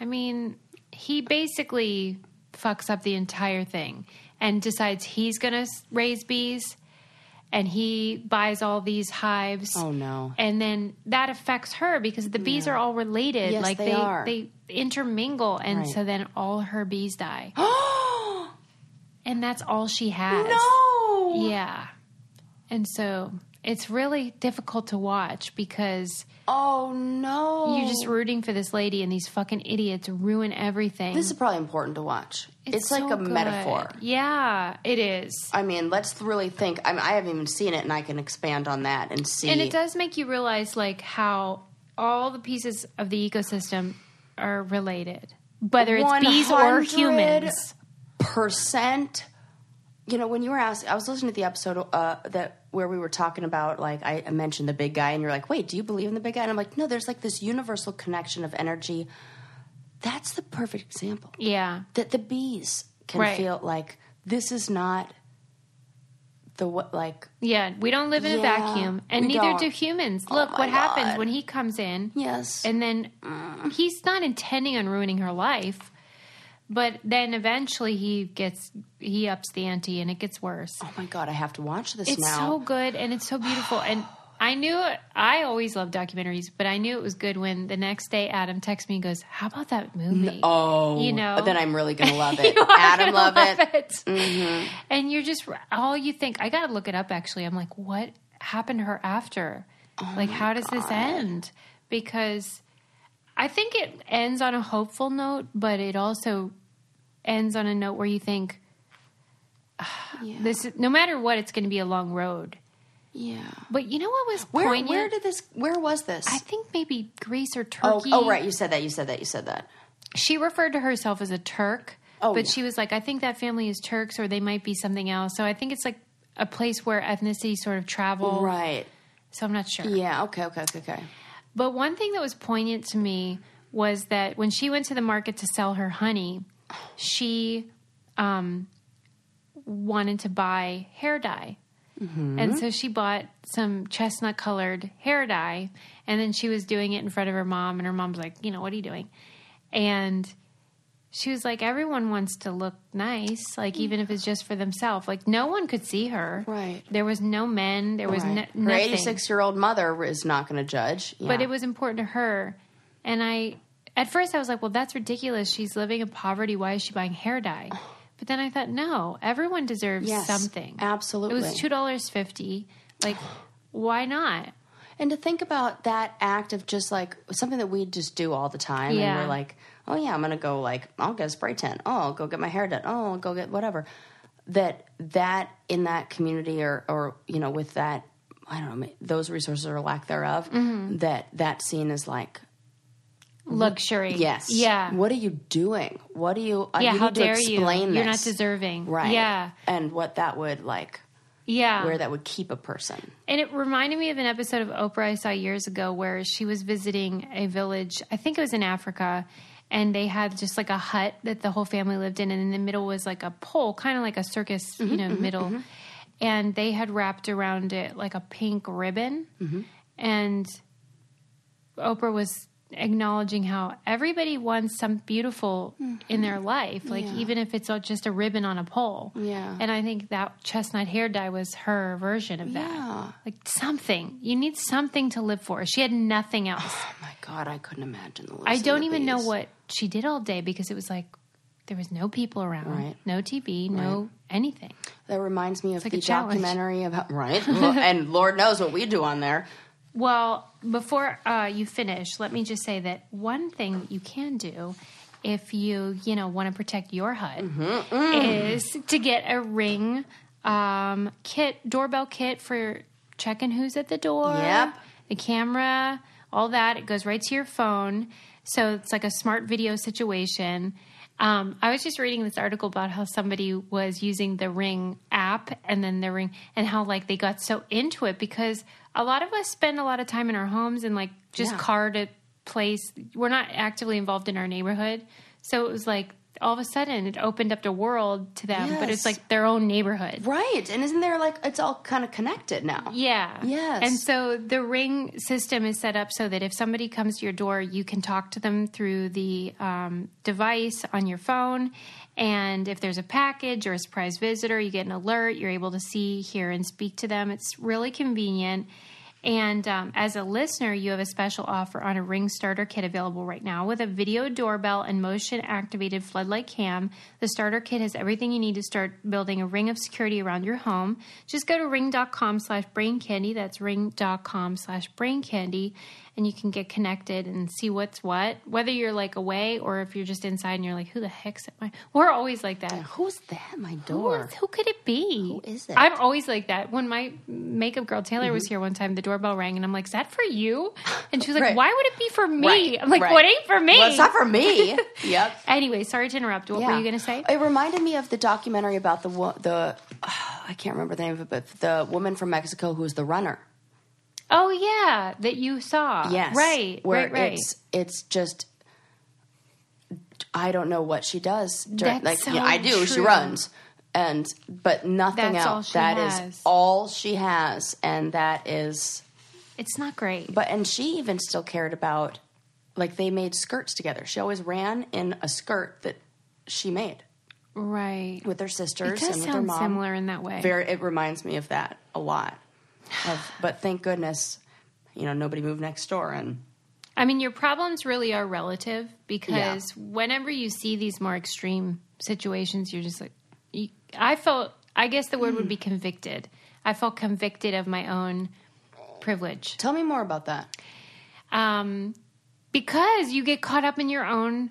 I mean, he basically fucks up the entire thing and decides he's going to raise bees and he buys all these hives.
Oh, no.
And then that affects her because the bees are all related.
Yes,
like
they
they
are.
they intermingle and
Right.
so then all her bees die. and that's all she has.
No.
Yeah. And so it's really difficult to watch because
Oh no.
you're just rooting for this lady, and these fucking idiots ruin everything.
This is probably important to watch. It's, like
so
a
good.
metaphor.
Yeah, it is.
I mean, let's really think. I, mean, I haven't even seen it, and I can expand on that and see.
And it does make you realize like how all the pieces of the ecosystem are related, whether it's bees
100
or humans.
percent. You know, when you were asking, I was listening to the episode uh, that where we were talking about like I mentioned the big guy, and you're like, "Wait, do you believe in the big guy?" And I'm like, "No, there's like this universal connection of energy." That's the perfect example.
Yeah.
that the bees can
Right.
feel like this is not the what like
Yeah, we don't live in a
Yeah,
vacuum, and
we
neither
don't. Oh
do humans. Look what
my
happens
God. Mm.
when he comes in.
yes
And then he's not intending on ruining her life, but then eventually he gets he ups the ante and it gets worse.
oh my god i have to watch this
It's
now
so good and it's so beautiful. And I knew I always love documentaries, but I knew it was good when the next day Adam texts me and goes, "How about that movie?"
oh
you know,
then i'm really gonna love
You
it
are
adam Mm-hmm.
gonna
love, it
And you're just all you think. I gotta look it up. Actually, I'm like, what happened to her after?
Oh
like, how does this end? Because I think it ends on a hopeful note, but it also ends on a note where you think. "Ah, This is, no matter what, it's going to be a long road.
yeah
But you know what was
where,
poignant?
where did this where was this
I think maybe Greece or
oh,
Turkey.
oh right you said that you said that you said that
She referred to herself as a Turk,
Oh,
but
yeah.
she was like, I think that family is Turks or they might be something else. So I think it's like a place where ethnicity sort of travel.
Right.
So I'm not sure.
Yeah. Okay. Okay. Okay. Okay.
But one thing that was poignant to me was that when she went to the market to sell her honey, she um, wanted to buy hair dye.
Mm-hmm.
And so she bought some chestnut colored hair dye. And then she was doing it in front of her mom. And her mom's like, you know, what are you doing? And she was like, everyone wants to look nice, like even if it's just for themselves. Like no one could see her.
Mm. Right.
There was no men. There was
Right.
no,
Her
nothing
eighty-six-year-old mother is not going to judge. Yeah.
but it was important to her. And I, at first, I was like, well, that's ridiculous. She's living in poverty. Why is she buying hair dye? But then I thought, no, everyone deserves
Yes,
something.
absolutely.
It was $2.50. Like, why not?
And to think about that act of just like something that we just do all the time, and
Yeah.
we're like, oh yeah, I'm gonna go like I'll get a spray tan. Oh, I'll go get my hair done. Oh, I'll go get whatever. That that in that community or or you know with that I don't know those resources or lack thereof
Mm-hmm.
that that scene is like
Luxury.
yes
Yeah.
what are you doing what do you I-
yeah.
you
How
need to
dare you?
explain
You're not
this.
deserving.
right
Yeah.
and what that would like
Yeah.
where that would keep a person
And it reminded me of an episode of Oprah I saw years ago where she was visiting a village, I think it was in Africa, and they had just like a hut that the whole family lived in, and in the middle was like a pole, kind of like a circus, you know, middle. And they had wrapped around it like a pink ribbon. And Oprah was acknowledging how everybody wants some beautiful in
Mm-hmm.
their life, like even if it's just a ribbon on a pole.
Yeah.
And I think that chestnut hair dye was her version of that. Like something. You need something to live for. She had nothing else.
oh my god I couldn't imagine the
I
lives of
don't
the
even know
bees.
what she did all day because it was like there was no people around,
Right.
no TV, no anything.
That reminds me of
like
the
a challenge.
documentary about right, and Lord knows what we do on there.
Well, before uh, you finish, let me just say that one thing you can do if you you know want to protect your hut is to get a ring um, kit doorbell kit for checking who's at the door.
Yep.
The camera, all that. It goes right to your phone. So it's like a smart video situation. Um, I was just reading this article about how somebody was using the Ring app and then the Ring, and how like they got so into it because a lot of us spend a lot of time in our homes and like just
Yeah.
car to place. We're not actively involved in our neighborhood. So it was like all of a sudden it opened up the world to them, but
Yes.
it's like their own neighborhood.
Right, and isn't there like it's all kind of connected now?
Yeah.
Yes.
And so the ring system is set up so that if somebody comes to your door, you can talk to them through the um, device on your phone. And if there's a package or a surprise visitor, you get an alert. You're able to see, hear, and speak to them. It's really convenient. And um, as a listener, you have a special offer on a Ring Starter Kit available right now with a video doorbell and motion activated floodlight cam. The starter kit has everything you need to start building a ring of security around your home. Just go to ring.com slash brain candy. That's ring.com slash brain candy. And you can get connected and see what's what, whether you're like away or if you're just inside and you're like, who the heck's at my. We're always like that.
Who's that at my
Who
door?
is- Who could it be?
Who is it? Mm-hmm.
I'm always like that. When my makeup girl Taylor was here one time, the doorbell rang, and I'm like, "Is that for you?" And she was like,
Right.
"Why would it be for me?"
Right,
I'm like,
right.
"What ain't for me?"
Well, it's not for me. yep.
anyway, sorry to interrupt. What were you going to say?
It reminded me of the documentary about the wo- the oh, I can't remember the name of it, but the woman from Mexico who was the runner.
Oh yeah, that you saw.
Yes,
right,
Where
right, right.
it's it's just. I don't know what she does. During,
That's
like
so
yeah, I do. She
true.
runes, and but nothing
That's all
else.
she
That is
has.
all she has, and that is.
It's not great.
But and she even still cared about, like they made skirts together. She always ran in a skirt that she made
right.
with her sisters
it
and
does
with her
sound
mom.
similar in that way.
Very, it reminds me of that a lot. Of, but thank goodness, you know, nobody moved next door, and
I mean, your problems really are relative because whenever you see these more extreme situations, you're just like, you, I felt, I guess the word would be
Mm.
convicted. I felt convicted of my own privilege
tell me more about that.
um, because you get caught up in your own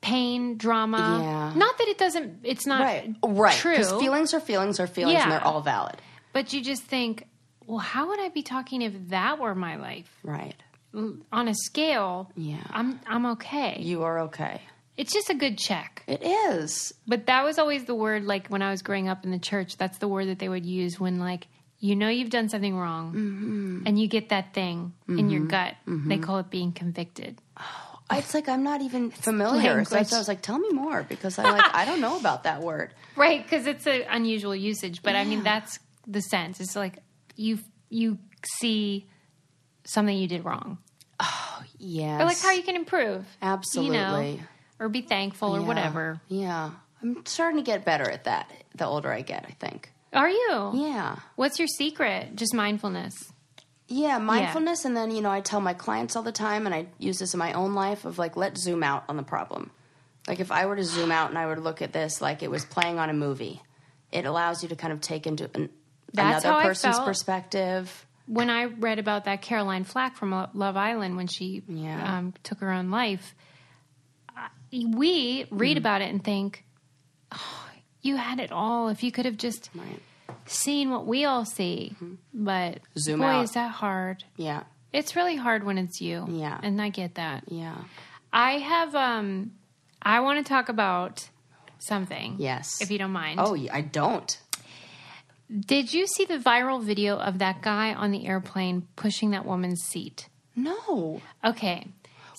pain, drama.
Yeah.
Not that it doesn't, it's not
right right
true.
because feelings are feelings are feelings and
Yeah.
they're all valid
but you just think, well, how would I be talking if that were my life?
right
On a scale,
Yeah.
I'm I'm okay.
you are okay
It's just a good check.
It is.
But that was always the word, like when I was growing up in the church, that's the word that they would use when, like, you know, you've done something wrong
Mm-hmm.
and you get that thing in your gut. They call it being convicted.
It's like I'm not even familiar. So that's why I was like, tell me more because I like I don't know about that word.
Right. Because it's an unusual usage. But I mean, that's the sense. It's like you, you see something you did wrong.
Yes.
Or like how you can improve.
Absolutely.
or be thankful or
Yeah.
whatever.
Yeah. I'm starting to get better at that the older I get, I think.
Are you?
Yeah.
What's your secret? Just mindfulness.
Yeah, mindfulness and then, you know, I tell my clients all the time and I use this in my own life of like let's zoom out on the problem. Like if I were to zoom out and I would look at this like it was playing on a movie. It allows you to kind of take into an,
That's
another
how I
person's
felt.
perspective.
When I read about that Caroline Flack from Lo- Love Island when she
Yeah.
um, took her own life, I- we
Mm-hmm.
read about it and think, oh, you had it all. If you could have just
Right.
seen what we all see. But
Mm-hmm. Zoom
boy,
out.
is that hard.
Yeah.
It's really hard when it's you.
Yeah.
And I get that.
Yeah.
I have, um, I want to talk about something.
Yes.
If you don't mind.
Oh, yeah, I don't.
Did you see the viral video of that guy on the airplane pushing that woman's seat?
No.
Okay.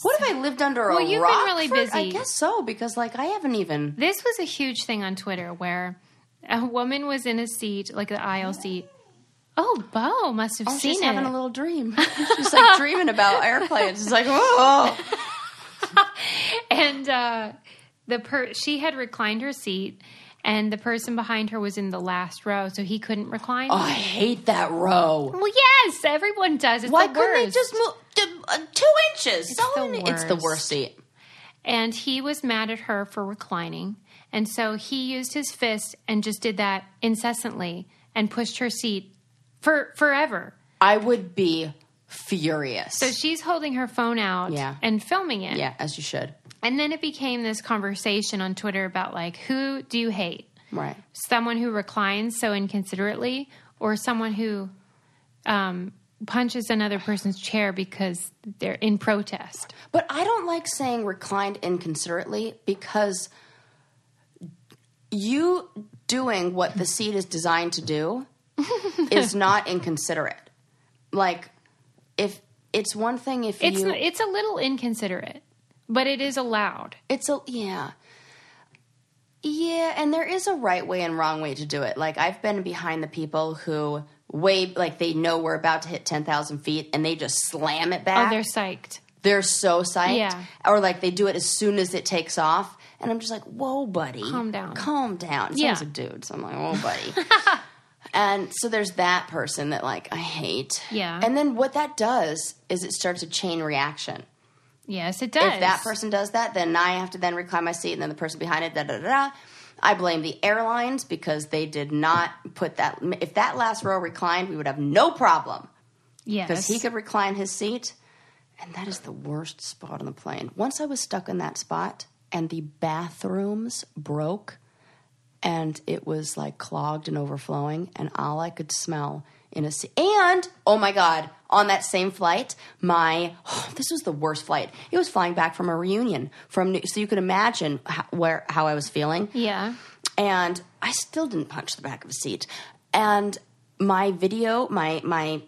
What if I lived under a
Well, you've been
rock?
really
for- I
busy.
guess so because like I haven't even.
This was a huge thing on Twitter where a woman was in a seat, like the aisle seat. Oh, Bo must have
Oh,
seen
she's
it.
having a little dream. she's like dreaming about airplanes. She's like, oh,
and uh, the per- she had reclined her seat, and the person behind her was in the last row, so he couldn't recline.
I hate that row.
Well, yes, everyone does. It's
Why
the
couldn't they
worst.
just move to, uh, two inches? It's,
the
it's the
worst.
worst seat.
and he was mad at her for reclining. And so he used his fist and just did that incessantly and pushed her seat for forever.
I would be furious.
So she's holding her phone out
Yeah.
and filming it.
yeah, as you should.
And then it became this conversation on Twitter about like who do you hate?
Right.
Someone who reclines so inconsiderately or someone who um punches another person's chair because they're in protest.
But I don't like saying reclined inconsiderately because you doing what the seat is designed to do is not inconsiderate. Like if it's one thing if
It's
you
it's a little inconsiderate, but it is allowed.
it's a yeah. Yeah, and there is a right way and wrong way to do it. Like I've been behind the people who way like they know we're about to hit 10,000 feet and they just slam it
Oh,
back.
they're psyched.
they're so psyched
Yeah.
or like they do it as soon as it takes off and i'm just like whoa buddy
Calm down.
calm down
Yeah.
sounds a dude so i'm like whoa buddy and so there's that person that like i hate
Yeah.
and then what that does is it starts a chain reaction
Yes, it does.
if that person does that, then I have to then recline my seat, and then the person behind it, da da da. da. I blame the airlines because they did not put that. If that last row reclined, we would have no problem
yes.
because he could recline his seat, and that is the worst spot on the plane. Once I was stuck in that spot, and the bathrooms broke, and it was like clogged and overflowing, and all I could smell in a seat. And oh my god, on that same flight, my this was the worst flight. It was flying back from a reunion from New, so you can imagine how, where how I was feeling
Yeah.
and I still didn't punch the back of a seat. And my video, my my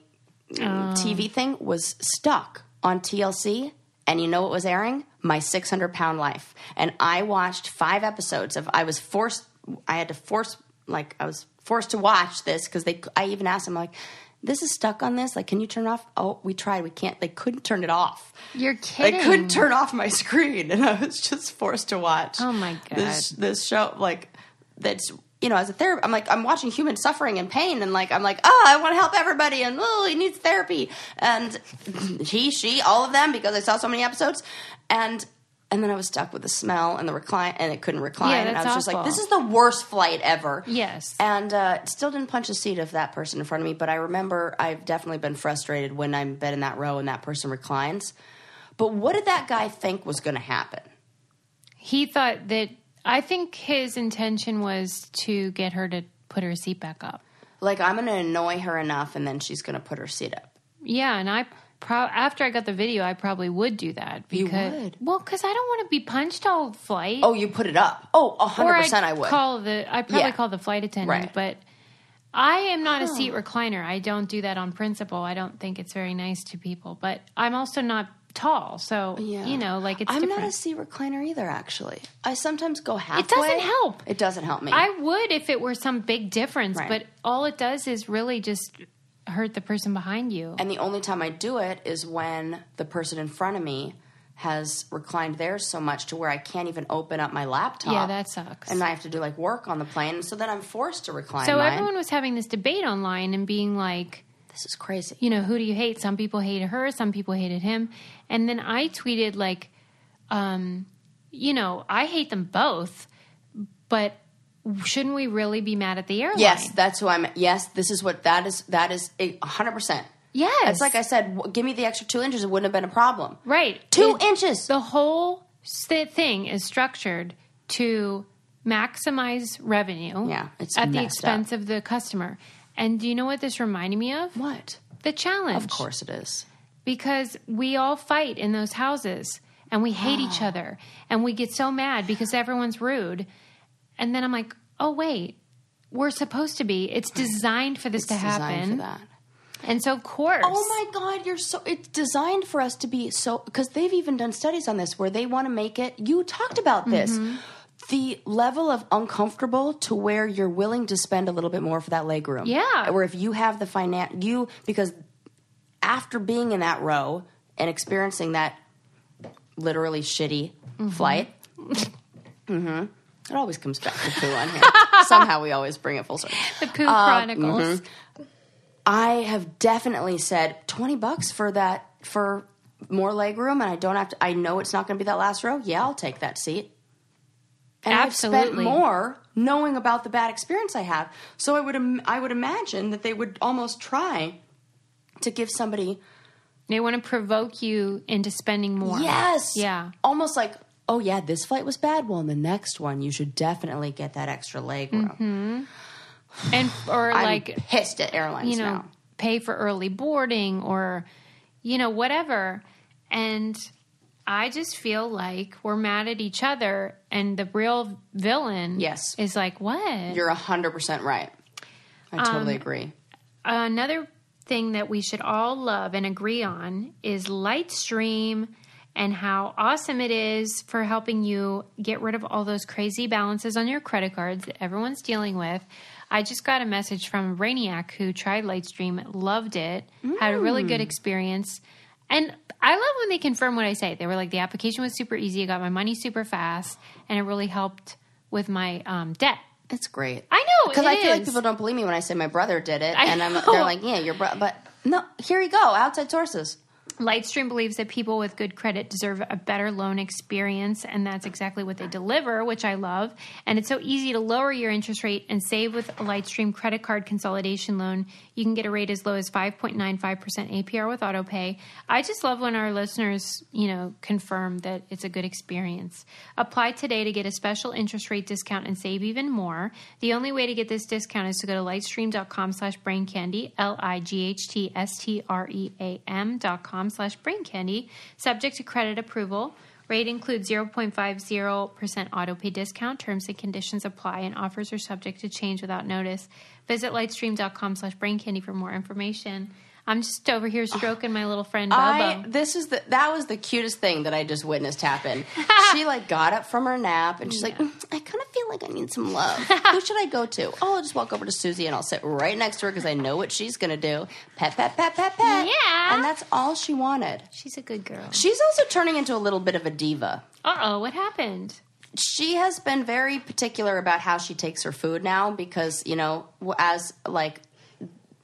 mm, TV thing was stuck on TLC, and you know what was airing? My 600 pound life. And I watched five episodes of. I was forced. I had to force like I was forced to watch this because they. I even asked them like. This is stuck on this. Like, can you turn off? Oh, we tried. We can't. They couldn't turn it off.
You're
I
kidding.
couldn't turn off my screen, and I was just forced to watch.
Oh, my
This this show like that's you know as a therapist, I'm like I'm watching human suffering and pain, and like I'm like oh I want to help everybody, and oh he needs therapy, and he she all of them because I saw so many episodes, and and then I was stuck with the smell and the recline, and it couldn't recline,
Yeah,
and I was
that's
just like
awful.
this is the worst flight ever.
Yes.
And uh, still didn't punch a seat of that person in front of me, but I remember I've definitely been frustrated when I'm been in that row and that person reclines. But what did that guy think was going to happen?
He thought that I think his intention was to get her to put her seat back up.
Like I'm going to annoy her enough, and then she's going to put her seat up.
Yeah, and I Pro- after I got the video, I probably would do that.
You
Because,
would.
Well, because I don't want to be punched all flight.
Oh, you put it up. Oh,
Or
100% I would.
Call the I probably
Yeah.
call the flight attendant,
Right.
but I am not a seat recliner. I don't do that on principle. I don't think it's very nice to people, but I'm also not tall, so
Yeah.
you know, like it's
I'm
different.
not a seat recliner either, actually. I sometimes go halfway.
doesn't help.
It doesn't help me.
I would if it were some big difference,
Right.
but all it does is really just hurt the person behind you.
and the only time I do it is when the person in front of me has reclined theirs so much to where I can't even open up my laptop.
Yeah, that sucks.
And I have to do like work on the plane, so then I'm forced to recline.
so
mine.
everyone was having this debate online and being like,
this is crazy.
you know, who do you hate? Some people hated her, some people hated him. And then I tweeted like, um, you know, I hate them both, but shouldn't we really be mad at the airline?
Yes, that's who I'm. Yes, this is what that is. That is a hundred percent.
Yes.
It's like I said. w- Give me the extra two inches; it wouldn't have been a problem.
Right.
Two
It-
inches.
The whole st- thing is structured to maximize revenue
Yeah, it's
at the
messed
expense of the customer. And do you know what this reminded me of?
What?
The challenge.
Of course, it is.
because we all fight in those houses and we hate
Ah.
each other and we get so mad because everyone's rude. And then I'm like, oh, wait, we're supposed to be. It's designed for this to
It's designed
happen.
for that.
And so, of course.
Oh my God, you're so. It's designed for us to be so. Because they've even done studies on this where they want to make it. You talked about this.
Mm-hmm.
The level of uncomfortable to where you're willing to spend a little bit more for that leg room.
Yeah.
Where if you have the finance, you, because after being in that row and experiencing that literally shitty
Mm-hmm.
flight, hmm it always comes back to poo on here. Somehow we always bring it full circle.
The Pooh Chronicles.
Mm-hmm. I have definitely said twenty bucks for that for more leg room, and I don't have to. I know it's not going to be that last row. Yeah, I'll take that seat. And I've spent
Absolutely.
more knowing about the bad experience I have, so I would im- I would imagine that they would almost try to give somebody
They want to provoke you into spending more.
yes,
Yeah.
almost like oh yeah, this flight was bad. Well, in the next one, you should definitely get that extra leg room.
And, or
I'm
Mm-hmm. like,
pissed at airlines
you know,
now.
pay for early boarding or, you know, whatever. And I just feel like we're mad at each other, and the real villain,
Yes.
is like what?
You're hundred percent right. I totally
Um,
agree.
Another thing that we should all love and agree on is Lightstream and how awesome it is for helping you get rid of all those crazy balances on your credit cards that everyone's dealing with. I just got a message from Rainiac who tried Lightstream, loved it, had a really
Mm.
good experience. And I love when they confirm what I say. They were like, the application was super easy. I got my money super fast, and it really helped with my um, debt.
It's great.
I know,
because
it
I feel like
is.
people don't believe me when I say my brother did it,
I
and I'm,
know.
they're like, "Yeah, your brother." But no, here you go. Outside sources.
Lightstream believes that people with good credit deserve a better loan experience, and that's exactly what they deliver, which I love. And it's so easy to lower your interest rate and save with a Lightstream credit card consolidation loan. You can get a rate as low as 5.95% APR with AutoPay. I just love when our listeners, you know, confirm that it's a good experience. Apply today to get a special interest rate discount and save even more. The only way to get this discount is to go to lightstream.com slash brain candy, L I G H T S T R E A M dot com slash brain candy, subject to credit approval. Rate includes 0.50% auto pay discount. Terms and conditions apply, and offers are subject to change without notice. Visit lightstream.com slash brain candy for more information. I'm just over here stroking my little friend
I
Bubba.
this is the that was the cutest thing that I just witnessed happen. she like got up from her nap and she's like, "Mm, "I kind of feel like I need some love. Who should I go to? Oh, I'll just walk over to Susie and I'll sit right next to her because I know what she's gonna do. Pet, pet, pet, pet, pet.
Yeah.
and that's all she wanted.
She's a good girl.
She's also turning into a little bit of a diva.
Uh oh, what happened?
she has been very particular about how she takes her food now because you know w- as like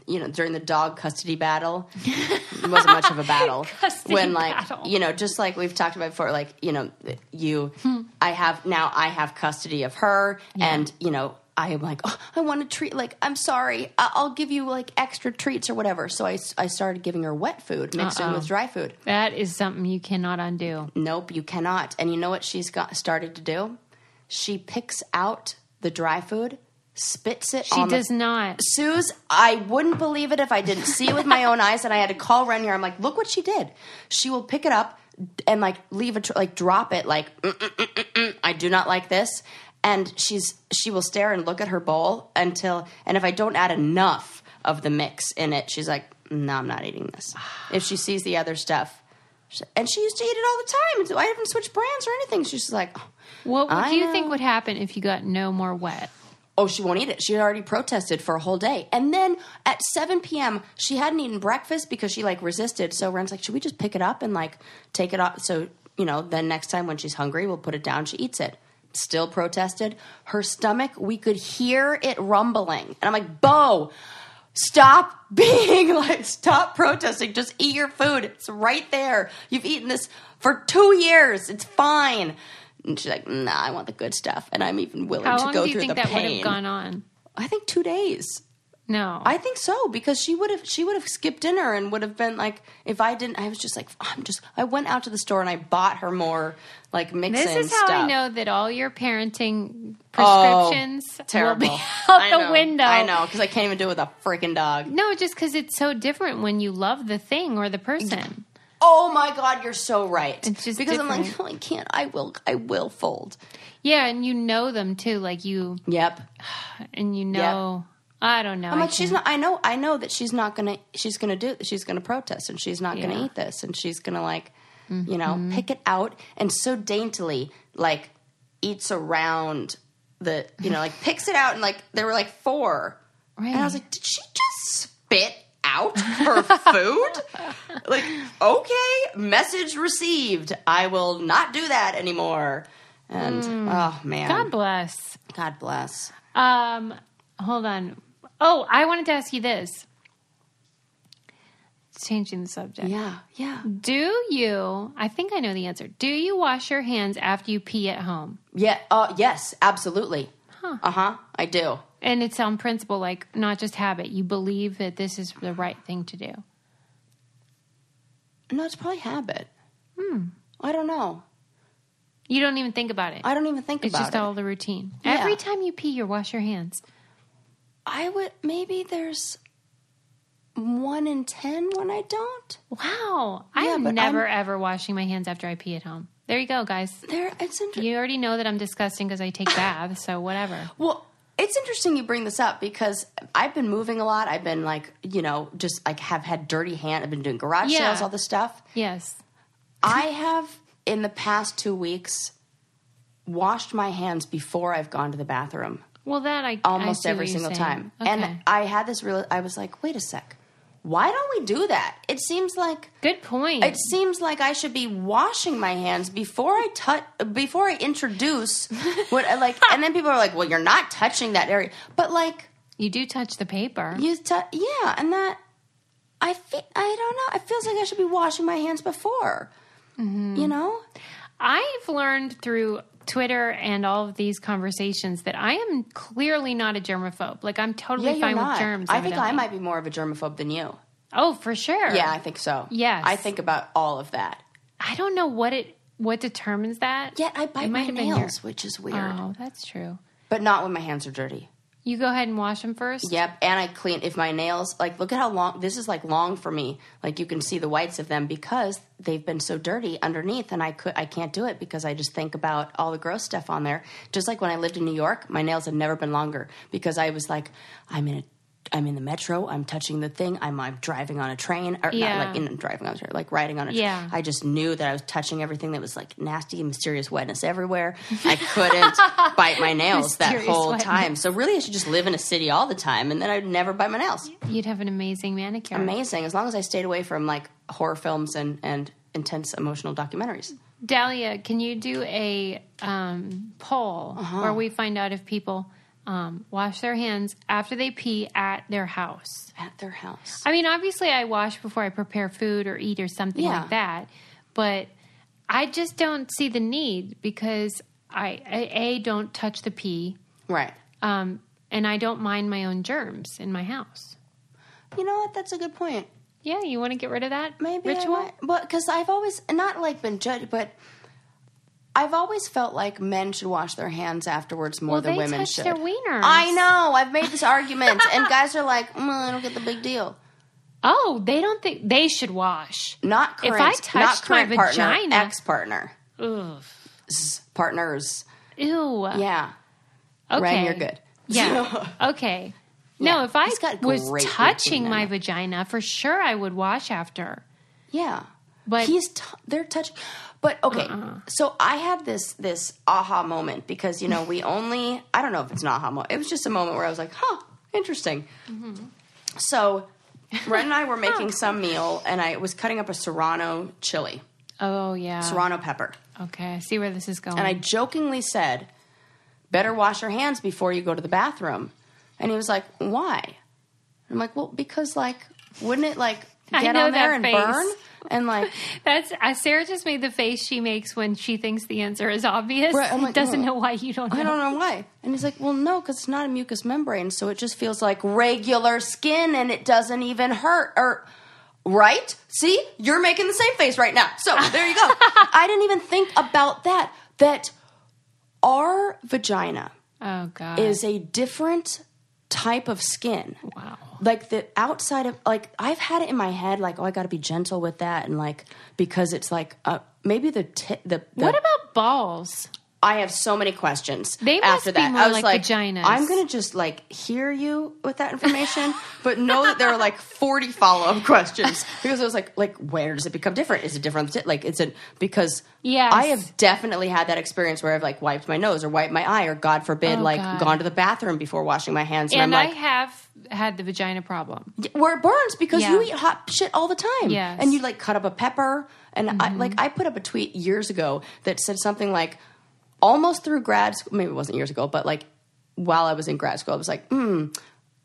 you know during the dog custody battle it wasn't much of a battle
Custody
when like
battle.
you know just like we've talked about before like you know you
Hmm.
i have now i have custody of her and you know i am like oh, i want to treat like i'm sorry I- i'll give you like extra treats or whatever so i, s- I started giving her wet food mixed in with dry food
That is something you cannot undo.
Nope, you cannot. And you know what she's got started to do? She picks out the dry food spits it
She
on the
does not.
Suze, I wouldn't believe it if I didn't see it with my own eyes, and I had to call Ren here. I'm like, look what she did. She will pick it up and like leave it, like drop it, like "Mm, mm, mm, mm, mm, I do not like this. And she's she will stare and look at her bowl until, and if I don't add enough of the mix in it, she's like, no, I'm not eating this. If she sees the other stuff, she- and she used to eat it all the time. and so I haven't switched brands or anything. She's just like. "Oh,
What would
I uh,
you
know."
think would happen if you got no more wet?
oh, she won't eat it. She had already protested for a whole day. And then at 7 p.m., she hadn't eaten breakfast because she like resisted. So Ren's like, should we just pick it up and like take it off? So, you know, then next time when she's hungry, we'll put it down. She eats it. Still protested. Her stomach, we could hear it rumbling. And I'm like, Bo, stop being like, stop protesting. Just eat your food. It's right there. You've eaten this for two years. It's fine. And she's like, nah, I want the good stuff. And I'm even willing
How
to
long
go
do you
through
think
the
that would
pain.
have gone on?
I think two days.
No.
I think so because she would have she would have skipped dinner and would have been like if I didn't I was just like I'm just I went out to the store and I bought her more like mix
this
in
is how I
stuff.
know that all your parenting Oh, prescriptions
Oh, terrible
will be out
I
the
know.
window.
I know because I can't even do it with a freaking dog.
No, just because it's so different when you love the thing or the person.
Oh my god, you're so right.
It's just
because I'm like
different.
oh, I can't I will I will fold.
Yeah, and you know them too. Like you,
Yep.
and you know, I don't know.
I'm
I
like she's
can't-
not I know I know that she's not going to she's going to do she's going to protest and she's not going
Yeah. Mm-hmm.
to eat this and she's going to like you know pick it out and so daintily like eats around the you know like picks it out and like there were like four and I was
Right.
like did she just spit out her food like okay message received I will not do that anymore and oh man
Mm. God bless.
God bless
Um, hold on. Oh, I wanted to ask you this. Changing the subject.
yeah yeah
Do you? I think I know the answer. Do you wash your hands after you pee at home?
Yeah. Uh, yes. Absolutely. Uh huh. I do.
And it's on principle, like not just habit. You believe that this is the right thing to do.
No, it's probably habit. Hmm. I don't know.
You don't even think about it.
I don't even think
it's
about
just
it.
all the routine.
Yeah.
Every time you pee, you wash your hands.
I would. Maybe there's one in ten when I don't.
Wow.
Yeah,
I'm
but
never ever washing my hands after I pee at home. There you go, guys.
There. It's interesting.
You already know that I'm disgusting because I take baths, so whatever.
Well, it's interesting you bring this up because I've been moving a lot. I've been like, you know, just like have had dirty hand. I've been doing garage
Yeah.
sales, all this stuff.
Yes.
I have in the past two weeks washed my hands before I've gone to the bathroom.
Well, that I I
almost
see what
every
you're
single time.
saying. Okay.
And I had this real I was like, wait a sec. Why don't we do that? It seems like
good point.
it seems like I should be washing my hands before I touch before I introduce what I like and then people are like, "Well, you're not touching that area." But like
you do touch the paper.
you t- yeah, and that I fe- I don't know. It feels like I should be washing my hands before.
Mm-hmm.
You know?
I've learned through Twitter and all of these conversations that I am clearly not a germaphobe. Like I'm
Yeah,
totally
you're
fine
not.
with germs.
I think I
evidently.
might be more of a germaphobe than you.
Oh, for sure.
Yeah, I think so.
Yes.
I think about all of that.
I don't know what it what determines that.
Yet I bite
might
my
have been your-
nails, which is weird.
Oh, that's true.
But not when my hands are dirty.
You go ahead and wash them first.
Yep. And I clean if my nails like look at how long this is like long for me. Like you can see the whites of them because they've been so dirty underneath and I could I can't do it because I just think about all the gross stuff on there. Just like when I lived in New York, my nails had never been longer because I was like, I'm in a I'm in the metro. I'm touching the thing. I'm, I'm driving on a train, or
Yeah.
not like in driving on a train, like riding on a train.
Yeah.
I just knew that I was touching everything that was like nasty, mysterious wetness everywhere. I couldn't bite my nails that
Mysterious
whole
wetness.
time. So really, I should just live in a city all the time, and then I'd never bite my nails.
You'd have an amazing manicure.
Amazing, as long as I stayed away from like horror films and and intense emotional documentaries.
Dahlia, can you do a um, poll
Uh-huh.
where we find out if people um, wash their hands after they pee at their house?
At their house,
I mean, obviously, I wash before I prepare food or eat or something
Yeah.
like that, but I just don't see the need because I, I a don't touch the pee,
right?
um, and I don't mind my own germs in my house.
You know what? That's a good point.
Yeah, you want to get rid of that
Maybe I
ritual?
might- Well, because I've always not like been judged, but I've always felt like men should wash their hands afterwards more
Well,
than
they
women
touch
should.
their wieners.
I know. I've made this argument, and guys are like, mm, "I don't get the big deal."
Oh, they don't think they should wash.
Not
If
current.
I
not
touched my
current partner,
vagina-
ex partner,
Ugh.
partners.
Ew.
Yeah,
Okay.
Uh, Ryan, you're good.
Yeah. okay. No, if I
He's got great
was
big
touching
vagina.
my vagina, for sure I would wash after.
Yeah.
But- Uh-uh.
he's t- they're touching. But okay, so I had this this aha moment because you know we only I don't know if it's an aha moment. It was just a moment where I was like, huh, interesting.
Mm-hmm.
So Ren and I were making some meal, and I was cutting up a serrano chili,
Oh yeah.
serrano pepper,
Okay, I see where this is going.
and I jokingly said, "Better wash your hands before you go to the bathroom." And he was like, "Why?" I'm like, "Well, because like, wouldn't it like
I
get
know
on there
that
and
face.
burn?" And like,
That's uh, Sarah just made the face she makes when she thinks the answer is obvious.
Right, I'm like,
Doesn't
"Oh,
know why you don't. Know.
I don't know why. And he's like, well, no, because it's not a mucous membrane, so it just feels like regular skin, and it doesn't even hurt. Or right? See, you're making the same face right now. So there you go. I didn't even think about that. That our vagina
Oh god.
is a different type of skin.
wow.
Like the outside of like I've had it in my head like oh I got to be gentle with that and like because it's like uh, maybe the, ti the the
What about balls?
I have so many questions.
They must
after
be
that,
more
I was
like vaginas.
I'm gonna just like hear you with that information, but know that there are like 40 follow up questions because I was like, like where does it become different? Is it different? Like it's a because
Yes.
I have definitely had that experience where I've like wiped my nose or wiped my eye or God forbid
Oh,
like
God.
gone to the bathroom before washing my hands and,
and
I'm
I
like
have had the vagina problem.
where it burns because you
Yeah.
eat hot shit all the time.
Yes. Mm-hmm.
And you like cut up a pepper. And I, like I put up a tweet years ago that said something like almost through grad school, maybe it wasn't years ago, but like while I was in grad school, I was like, hmm,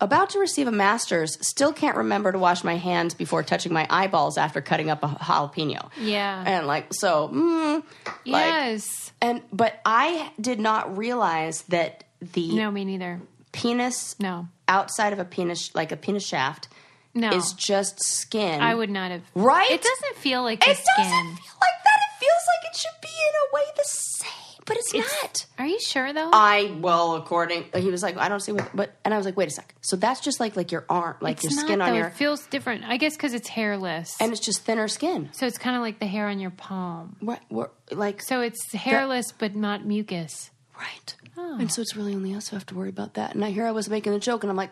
about to receive a master's, still can't remember to wash my hands before touching my eyeballs after cutting up a jalapeno.
Yeah.
And like, so, mm, like,
yes.
and, but I did not realize that the
No, me neither.
penis
No.
outside of a penis, like a penis shaft,
No.
is just skin.
Oh. I would not have.
Right?
It doesn't feel like the
It
skin.
doesn't feel like that. It feels like it should be in a way the same, but it's, not.
Are you sure though?
I well, according he was like, I don't see what, but and I was like, wait a sec. So that's just like like your arm, like
it's
your
not,
skin
though.
on your,
It feels different. I guess because it's hairless.
and it's just thinner skin.
so it's kind of like the hair on your palm.
Right, we're- like
So it's hairless but not mucus.
right,
Oh.
and so it's really only us who have to worry about that. And I hear I was making the joke, and I'm like,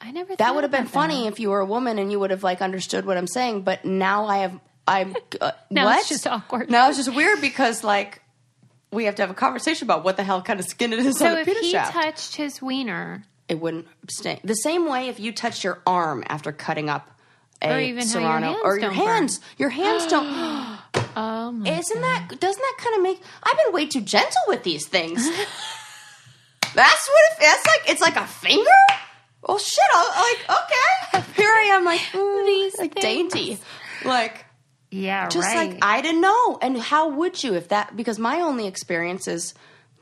I never
that
thought
would have been
about
funny if you were a woman and you would have like understood what I'm saying. But now I have I'm uh,
Now
what?
it's just awkward.
Now it's just weird because like we have to have a conversation about what the hell kind of skin it is on
So
a
if
penis
he
shaft.
touched his wiener,
it wouldn't stay the same way if you touched your arm after cutting up a
Or even how your
serrano
hands
or your
don't burn.
hands. Your hands don't.
oh my
Isn't that doesn't that kind of make? I've been way too gentle with these things. that's what it, that's like. It's like a finger. Well, shit. I'm like okay. Here I am, like mm,
These
like
things.
dainty, like
yeah,
just like I didn't know. And how would you if that? Because my only experience is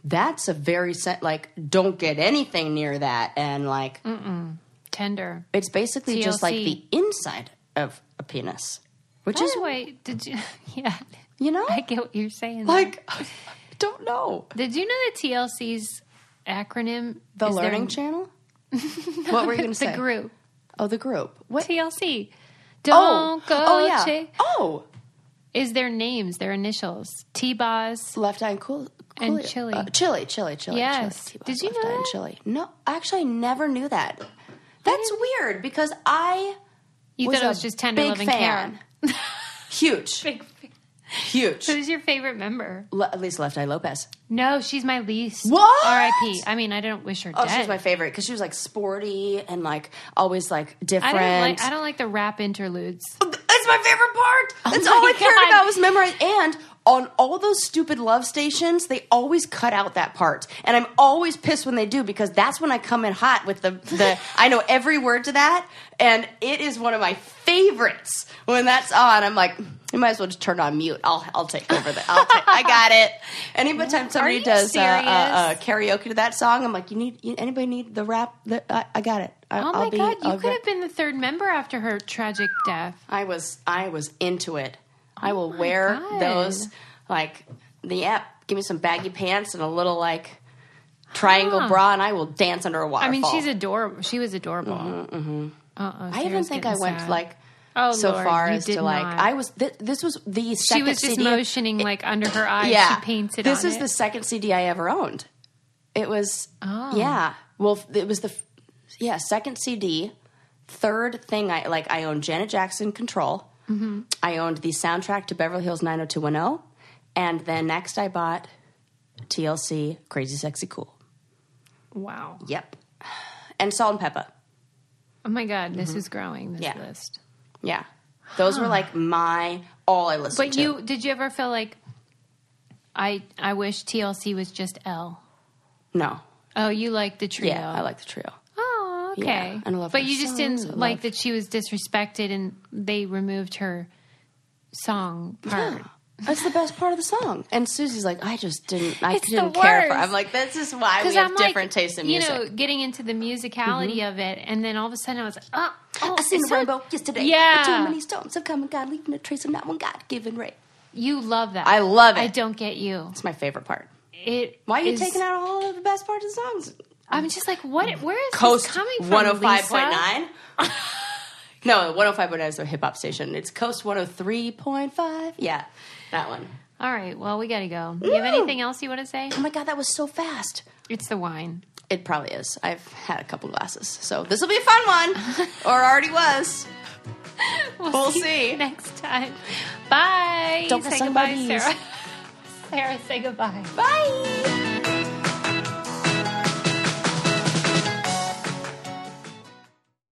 that's a very se- like don't get anything near that, and like
tender.
it's basically just like the
TLC.
inside of a penis, which
By
is
the way, did you? Yeah,
you know
I get what you're saying. there.
like I don't know.
did you know that TLC's acronym?
The
is their-
Learning Channel? what were you going to
The
say?
group
Oh, the group. What?
TLC.
Oh,
Don't go.
oh yeah.
Chi-
Oh,
Is their names, their initials? T Boz.
left eye and cool.
And
Coolio.
chili.
Uh, chili, chili, chili.
Yes.
chili.
Did you
left
know
eye and
that?
chili? No, actually, I never knew that. That's weird because I
You
was
thought it
a
was just 10,
big
11
fan.
Karen.
huge,
Big fan.
huge.
Who's your favorite member?
Le- at least Left Eye Lopez.
No, she's my least.
What?
R.I.P. I mean, I don't wish her
Oh,
dead.
she was my favorite because she was like sporty and like always like
I
different.
don't like. I don't like the rap interludes.
That's my favorite part. That's
Oh my
all I cared
God.
about was memorized. And on all those stupid love stations, they always cut out that part, and I'm always pissed when they do because that's when I come in hot with the the. I know every word to that, and it is one of my favorites. When that's on, I'm like, you might as well just turn on mute. I'll I'll take over the. I'll ta- I got it. Anybody time somebody
you
does uh, uh, uh,
serious?
karaoke to that song, I'm like, you need you, anybody need the rap? The, I, I got it. I,
Oh
I'll
my
be-
god, you
I'll
could
be-
have been the third member after her tragic death.
I was I was into it. I will wear
Oh God.
those like the app Give me some baggy pants and a little like triangle
Huh.
bra, and I will dance under a
I
waterfall.
mean, she's adorable. She was adorable. Mm-hmm, Uh-oh,
I even
Sarah's
think I
getting
went
sad.
like
Oh,
so
Lord,
far
you
as to
did
like
not.
I was. Th- this was the
she
second
was just
CD
motioning like under her eyes.
Yeah,
she painted.
This
on
is
it.
the second CD I ever owned. It was
Oh.
yeah. Well, f- it was the f- yeah second CD. Third thing I like, I owned Janet Jackson Control.
Mm-hmm.
I owned the soundtrack to Beverly Hills 90210, and then next I bought TLC Crazy Sexy Cool.
wow.
Yep, and Salt and Pepper.
Oh my god, this is growing. This
Mm-hmm. Yeah.
list.
Yeah, those were like my all I listened
But
to.
you did you ever feel like I I wish TLC was just L.
no,
Oh, you like the trio.
yeah, I like the trio.
Oh, okay.
Yeah, and I love
but
her
you just
songs.
didn't
I
like
love-
that she was disrespected and they removed her song part.
That's the best part of the song. And Susie's like, I just didn't, I
It's the
didn't care for.
worst.
I'm like, this is why we have
I'm like,
different tastes in music. Mm-hmm.
You know, getting into the musicality of it, and then all of a sudden I was, oh, oh
I seen
it's
a
not-
rainbow yesterday.
Yeah,
Too many storms have come and gone, leaving a trace of not one God given ray.
you love that.
I love it.
I don't get you.
It's my favorite part.
It.
Why are you
is-
taking out all of the best parts of the songs?
I'm just like, what? Where is
Coast
this coming from?
105.9. no, 105.9 is their hip hop station. It's Coast 103.5. Yeah, that one.
All right. Well, we gotta go. Do you have anything else you want to say?
Oh my God, that was so fast.
It's the wine.
It probably is. I've had a couple glasses. So this will be a fun one, or already was. We'll see.
you next time. Bye.
Don't get
say
stung by
goodbye,
bees.
Sarah. Sarah, say goodbye.
Bye.